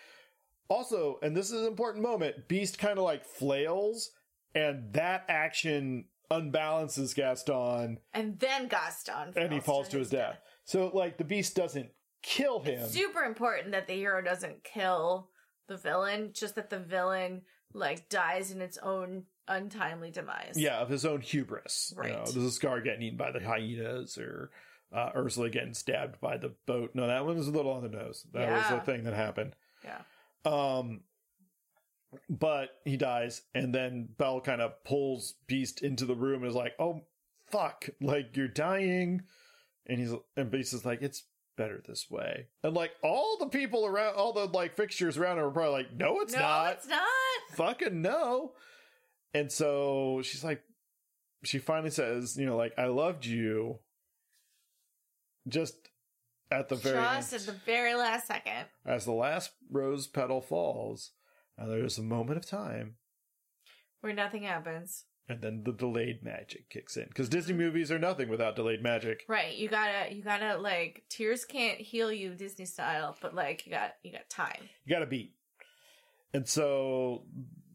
also and this is an important moment beast kind of like flails and that action unbalances gaston and then Gaston. and he falls to his death so like the beast doesn't kill him Super important that the hero doesn't kill the villain, just that the villain like dies in its own untimely demise. Yeah, of his own hubris. You know, Right. there's a scar getting eaten by the hyenas or uh, Ursula getting stabbed by the boat. No, that one was a little on the nose. That was Yeah. a thing that happened. Yeah. Um, but he dies, and then Belle kind of pulls Beast into the room and is like, oh, fuck, like you're dying. And he's and Beast is like, it's better this way. And like all the people around, all the like fixtures around him are probably like, no, it's no, not it's not. fucking no. And so she's like, she finally says, you know, like, I loved you. Just at the very just at the very last second. as the last rose petal falls, and there's a moment of time, Where nothing happens. and then the delayed magic kicks in. Because Disney movies are nothing without delayed magic. Right. You gotta you gotta like tears can't heal you Disney style, but like you got you got time. You gotta beat. And so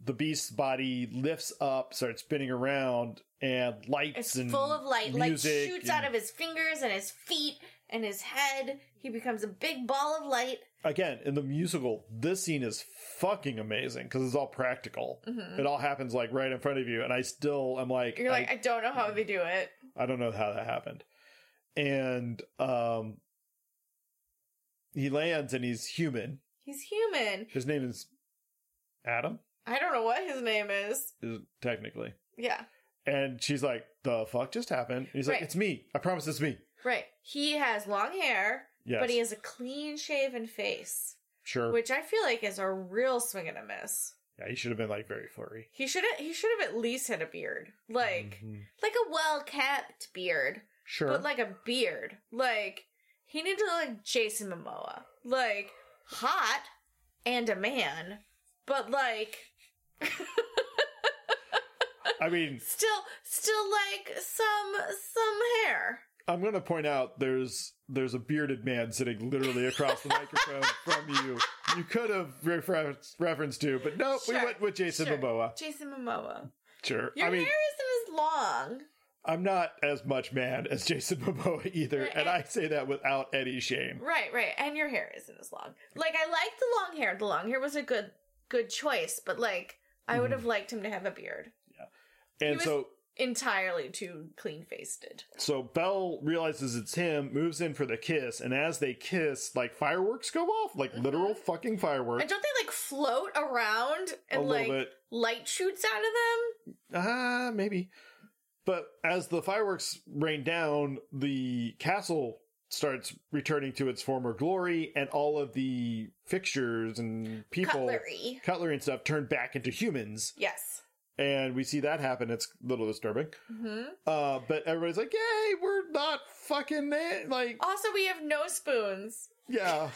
the beast's body lifts up, starts spinning around, and lights It's and full of light. Light music shoots and- out of his fingers and his feet and his head. He becomes a big ball of light. again in the musical this scene is fucking amazing because it's all practical Mhm. it all happens like right in front of you and i still am like, You're like, I don't know how they do it. I, I don't know how that happened and um he lands and he's human He's human. his name is adam I don't know what his name is. is technically Yeah. and she's like the fuck just happened And he's like Right. it's me i promise it's me Right. He has long hair, yes but he has a clean shaven face, sure which I feel like is a real swing and a miss. yeah he should have been like very furry He should have he should have at least had a beard. Like Mhm. like a well kept beard. sure But like a beard. Like he needed to look like Jason Momoa. Like hot and a man. But like i mean still still like some some hair. I'm gonna point out there's there's a bearded man sitting literally across the microphone from you. You could have referenced reference to, but nope, we Sure, went with Jason sure. Momoa. Jason Momoa. Sure. Your I mean, hair isn't as long. I'm not as much man as Jason Momoa either, Right, and and- I say that without any shame. Right, right. And your hair isn't as long. Like I like the long hair. The long hair was a good good choice, but like I Mm-hmm. would have liked him to have a beard. And was- so Entirely too clean faced. so Belle realizes it's him, moves in for the kiss, and as they kiss, like fireworks go off, like literal fucking fireworks. Uh-huh. And don't they like float around and a like little bit. light shoots out of them? Ah, maybe. But as the fireworks rain down, the castle starts returning to its former glory, and all of the fixtures and people, Cutlery. cutlery and stuff, turn back into humans. Yes. And we see that happen. It's a little disturbing. hmm Uh, but everybody's like, "Yay, we're not fucking it!" Like, Also, we have no spoons. yeah,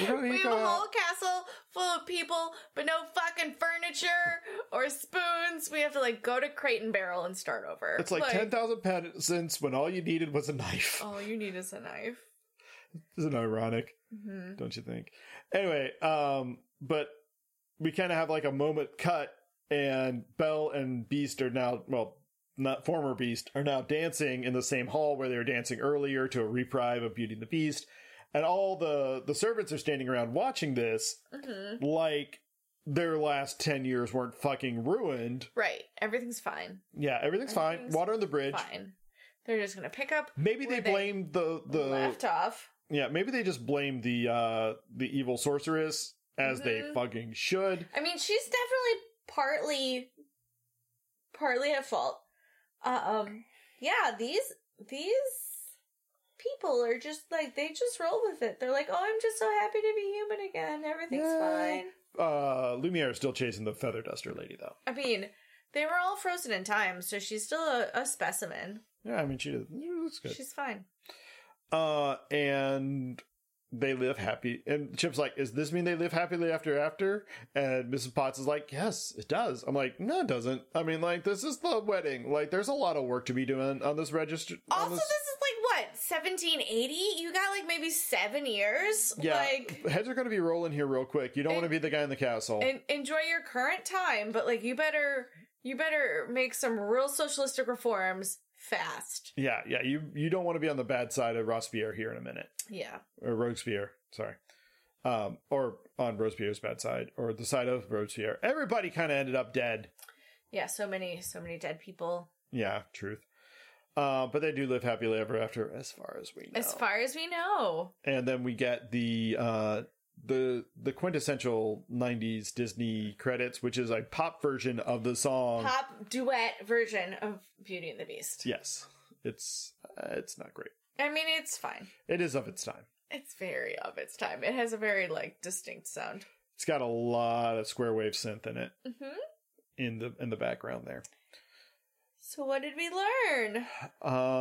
we're gonna We eat have a that. whole castle full of people, but no fucking furniture or spoons. We have to like go to Crate and Barrel and start over. It's like ten thousand peasants when all you needed was a knife. All you need is a knife. Isn't it ironic? hmm don't you think? Anyway, um, but we kind of have like a moment cut, and Belle and Beast are now well, not former Beast are now dancing in the same hall where they were dancing earlier to a reprieve of Beauty and the Beast, and all the the servants are standing around watching this hmm like their last 10 years weren't fucking ruined. Right. Everything's fine. Yeah, everything's fine. Everything's Water on the bridge. Fine. They're just gonna pick up Maybe where they blamed the the left off. yeah. Maybe they just blamed the uh the evil sorceress as they Mhm. fucking should. I mean, she's definitely partly partly at fault. Uh, um yeah, these these people are just like they just roll with it. They're like, "Oh, I'm just so happy to be human again. Everything's Yeah. fine." Uh, Lumiere is still chasing the feather duster lady though. I mean, they were all frozen in time, so she's still a, a specimen. Yeah, I mean she did. That's good. She's fine. Uh, and they live happy. And Chip's like, "Does this mean they live happily after after?" And Mrs. Potts is like, "Yes, it does." I'm like, "No, it doesn't. I mean, like, this is the wedding. Like, there's a lot of work to be doing on this register. Also, on this is like what 1780. You got like maybe seven years. yeah, Like heads are going to be rolling here real quick. You don't want to And- be the guy in the castle. and enjoy your current time, but like you better you better make some real socialistic reforms fast. yeah, yeah. You you don't want to be on the bad side of Robespierre here in a minute, Yeah. or Robespierre. Sorry. Um, or on Robespierre's bad side, or the side of Robespierre. Everybody kind of ended up dead. Yeah, so many so many dead people. Yeah, truth. Uh, but they do live happily ever after, as far as we know. As far as we know. and then we get the uh, the the quintessential '90s Disney credits, which is a pop version of the song. Pop duet version of Beauty and the Beast. Yes, it's uh, it's not great. I mean, it's fine. It is of its time. It's very of its time. It has a very like distinct sound. It's got a lot of square wave synth in it hmm in the in the background there. So what did we learn?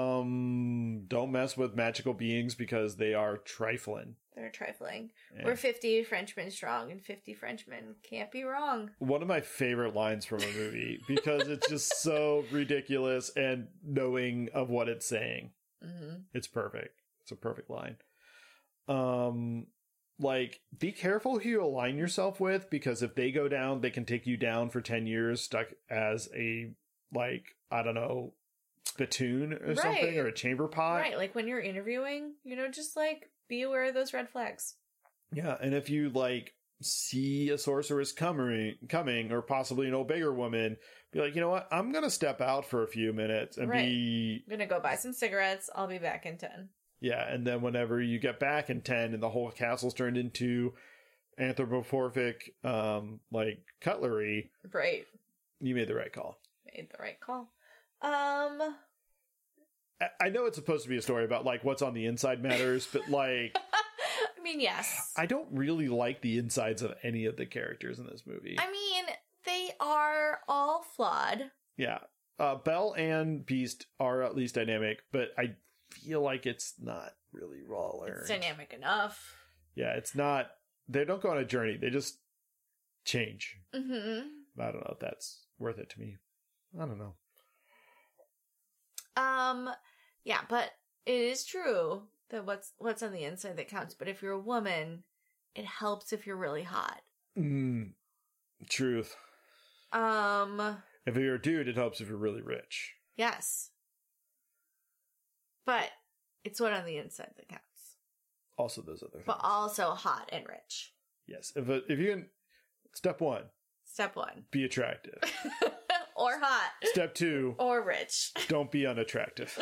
Um, don't mess with magical beings because they are trifling. They're trifling. And- We're 50 Frenchmen strong, and 50 Frenchmen can't be wrong. one of my favorite lines from a movie because it's just so ridiculous and knowing of what it's saying. hmm It's perfect. It's a perfect line. Um like be careful who you align yourself with because if they go down, they can take you down for 10 years stuck as a like I don't know spittoon or something Right. or a chamber pot. right, like when you're interviewing, you know, just like be aware of those red flags. Yeah, and if you like see a sorceress coming, coming, or possibly an old bigger woman, be like, you know what? I'm gonna step out for a few minutes and be I'm gonna go buy some cigarettes. I'll be back in ten. yeah. And then whenever you get back in ten, and the whole castle's turned into anthropomorphic, um, like cutlery, Right, you made the right call. made the right call. Um, I- I know it's supposed to be a story about like what's on the inside matters, but like I mean, yes. I, I don't really like the insides of any of the characters in this movie. mean, they are all flawed. Yeah. Uh, Bell and Beast are at least dynamic, but I feel like it's not really raw. learned. It's dynamic enough. Yeah, it's not. They don't go on a journey. They just change. Mm-hmm. I don't know if that's worth it to me. I don't know. Um, yeah, but it is true that what's what's on the inside that counts. But if you're a woman, it helps if you're really hot. Mm, truth. Um, If you're a dude, it helps if you're really rich. yes, but it's what on the inside that counts. Also, those other things. But also hot and rich. yes. If a, if you can, step one, Step one. be attractive. or hot. step two, Or rich. don't be unattractive.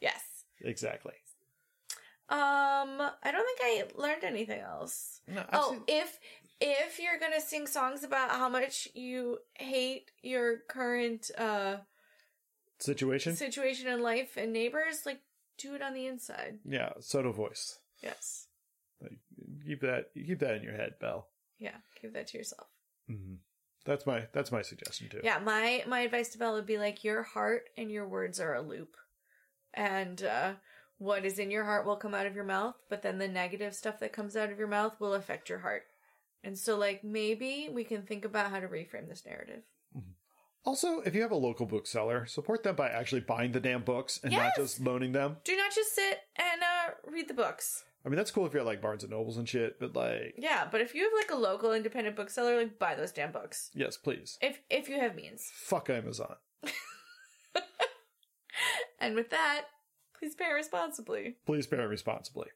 Yes. Exactly. Um, I don't think I learned anything else. No, I've oh, seen- if if you're gonna sing songs about how much you hate your current uh situation. situation in life and neighbors, like do it on the inside. yeah, Soto voice. Yes. Like, keep that you keep that in your head, Belle. Yeah, keep that to yourself. Mm-hmm. That's my that's my suggestion too. Yeah, my my advice to Bella would be like your heart and your words are a loop. And uh what is in your heart will come out of your mouth, but then the negative stuff that comes out of your mouth will affect your heart. And so like maybe we can think about how to reframe this narrative. Also, if you have a local bookseller, support them by actually buying the damn books and Yes! not just loaning them. Do not just sit and uh read the books. I mean, that's cool if you're at, like Barnes and Nobles and shit, but like, Yeah, but if you have like a local independent bookseller, like buy those damn books. yes, please. If if you have means. Fuck Amazon. And with that, please pay responsibly. Please bear it responsibly.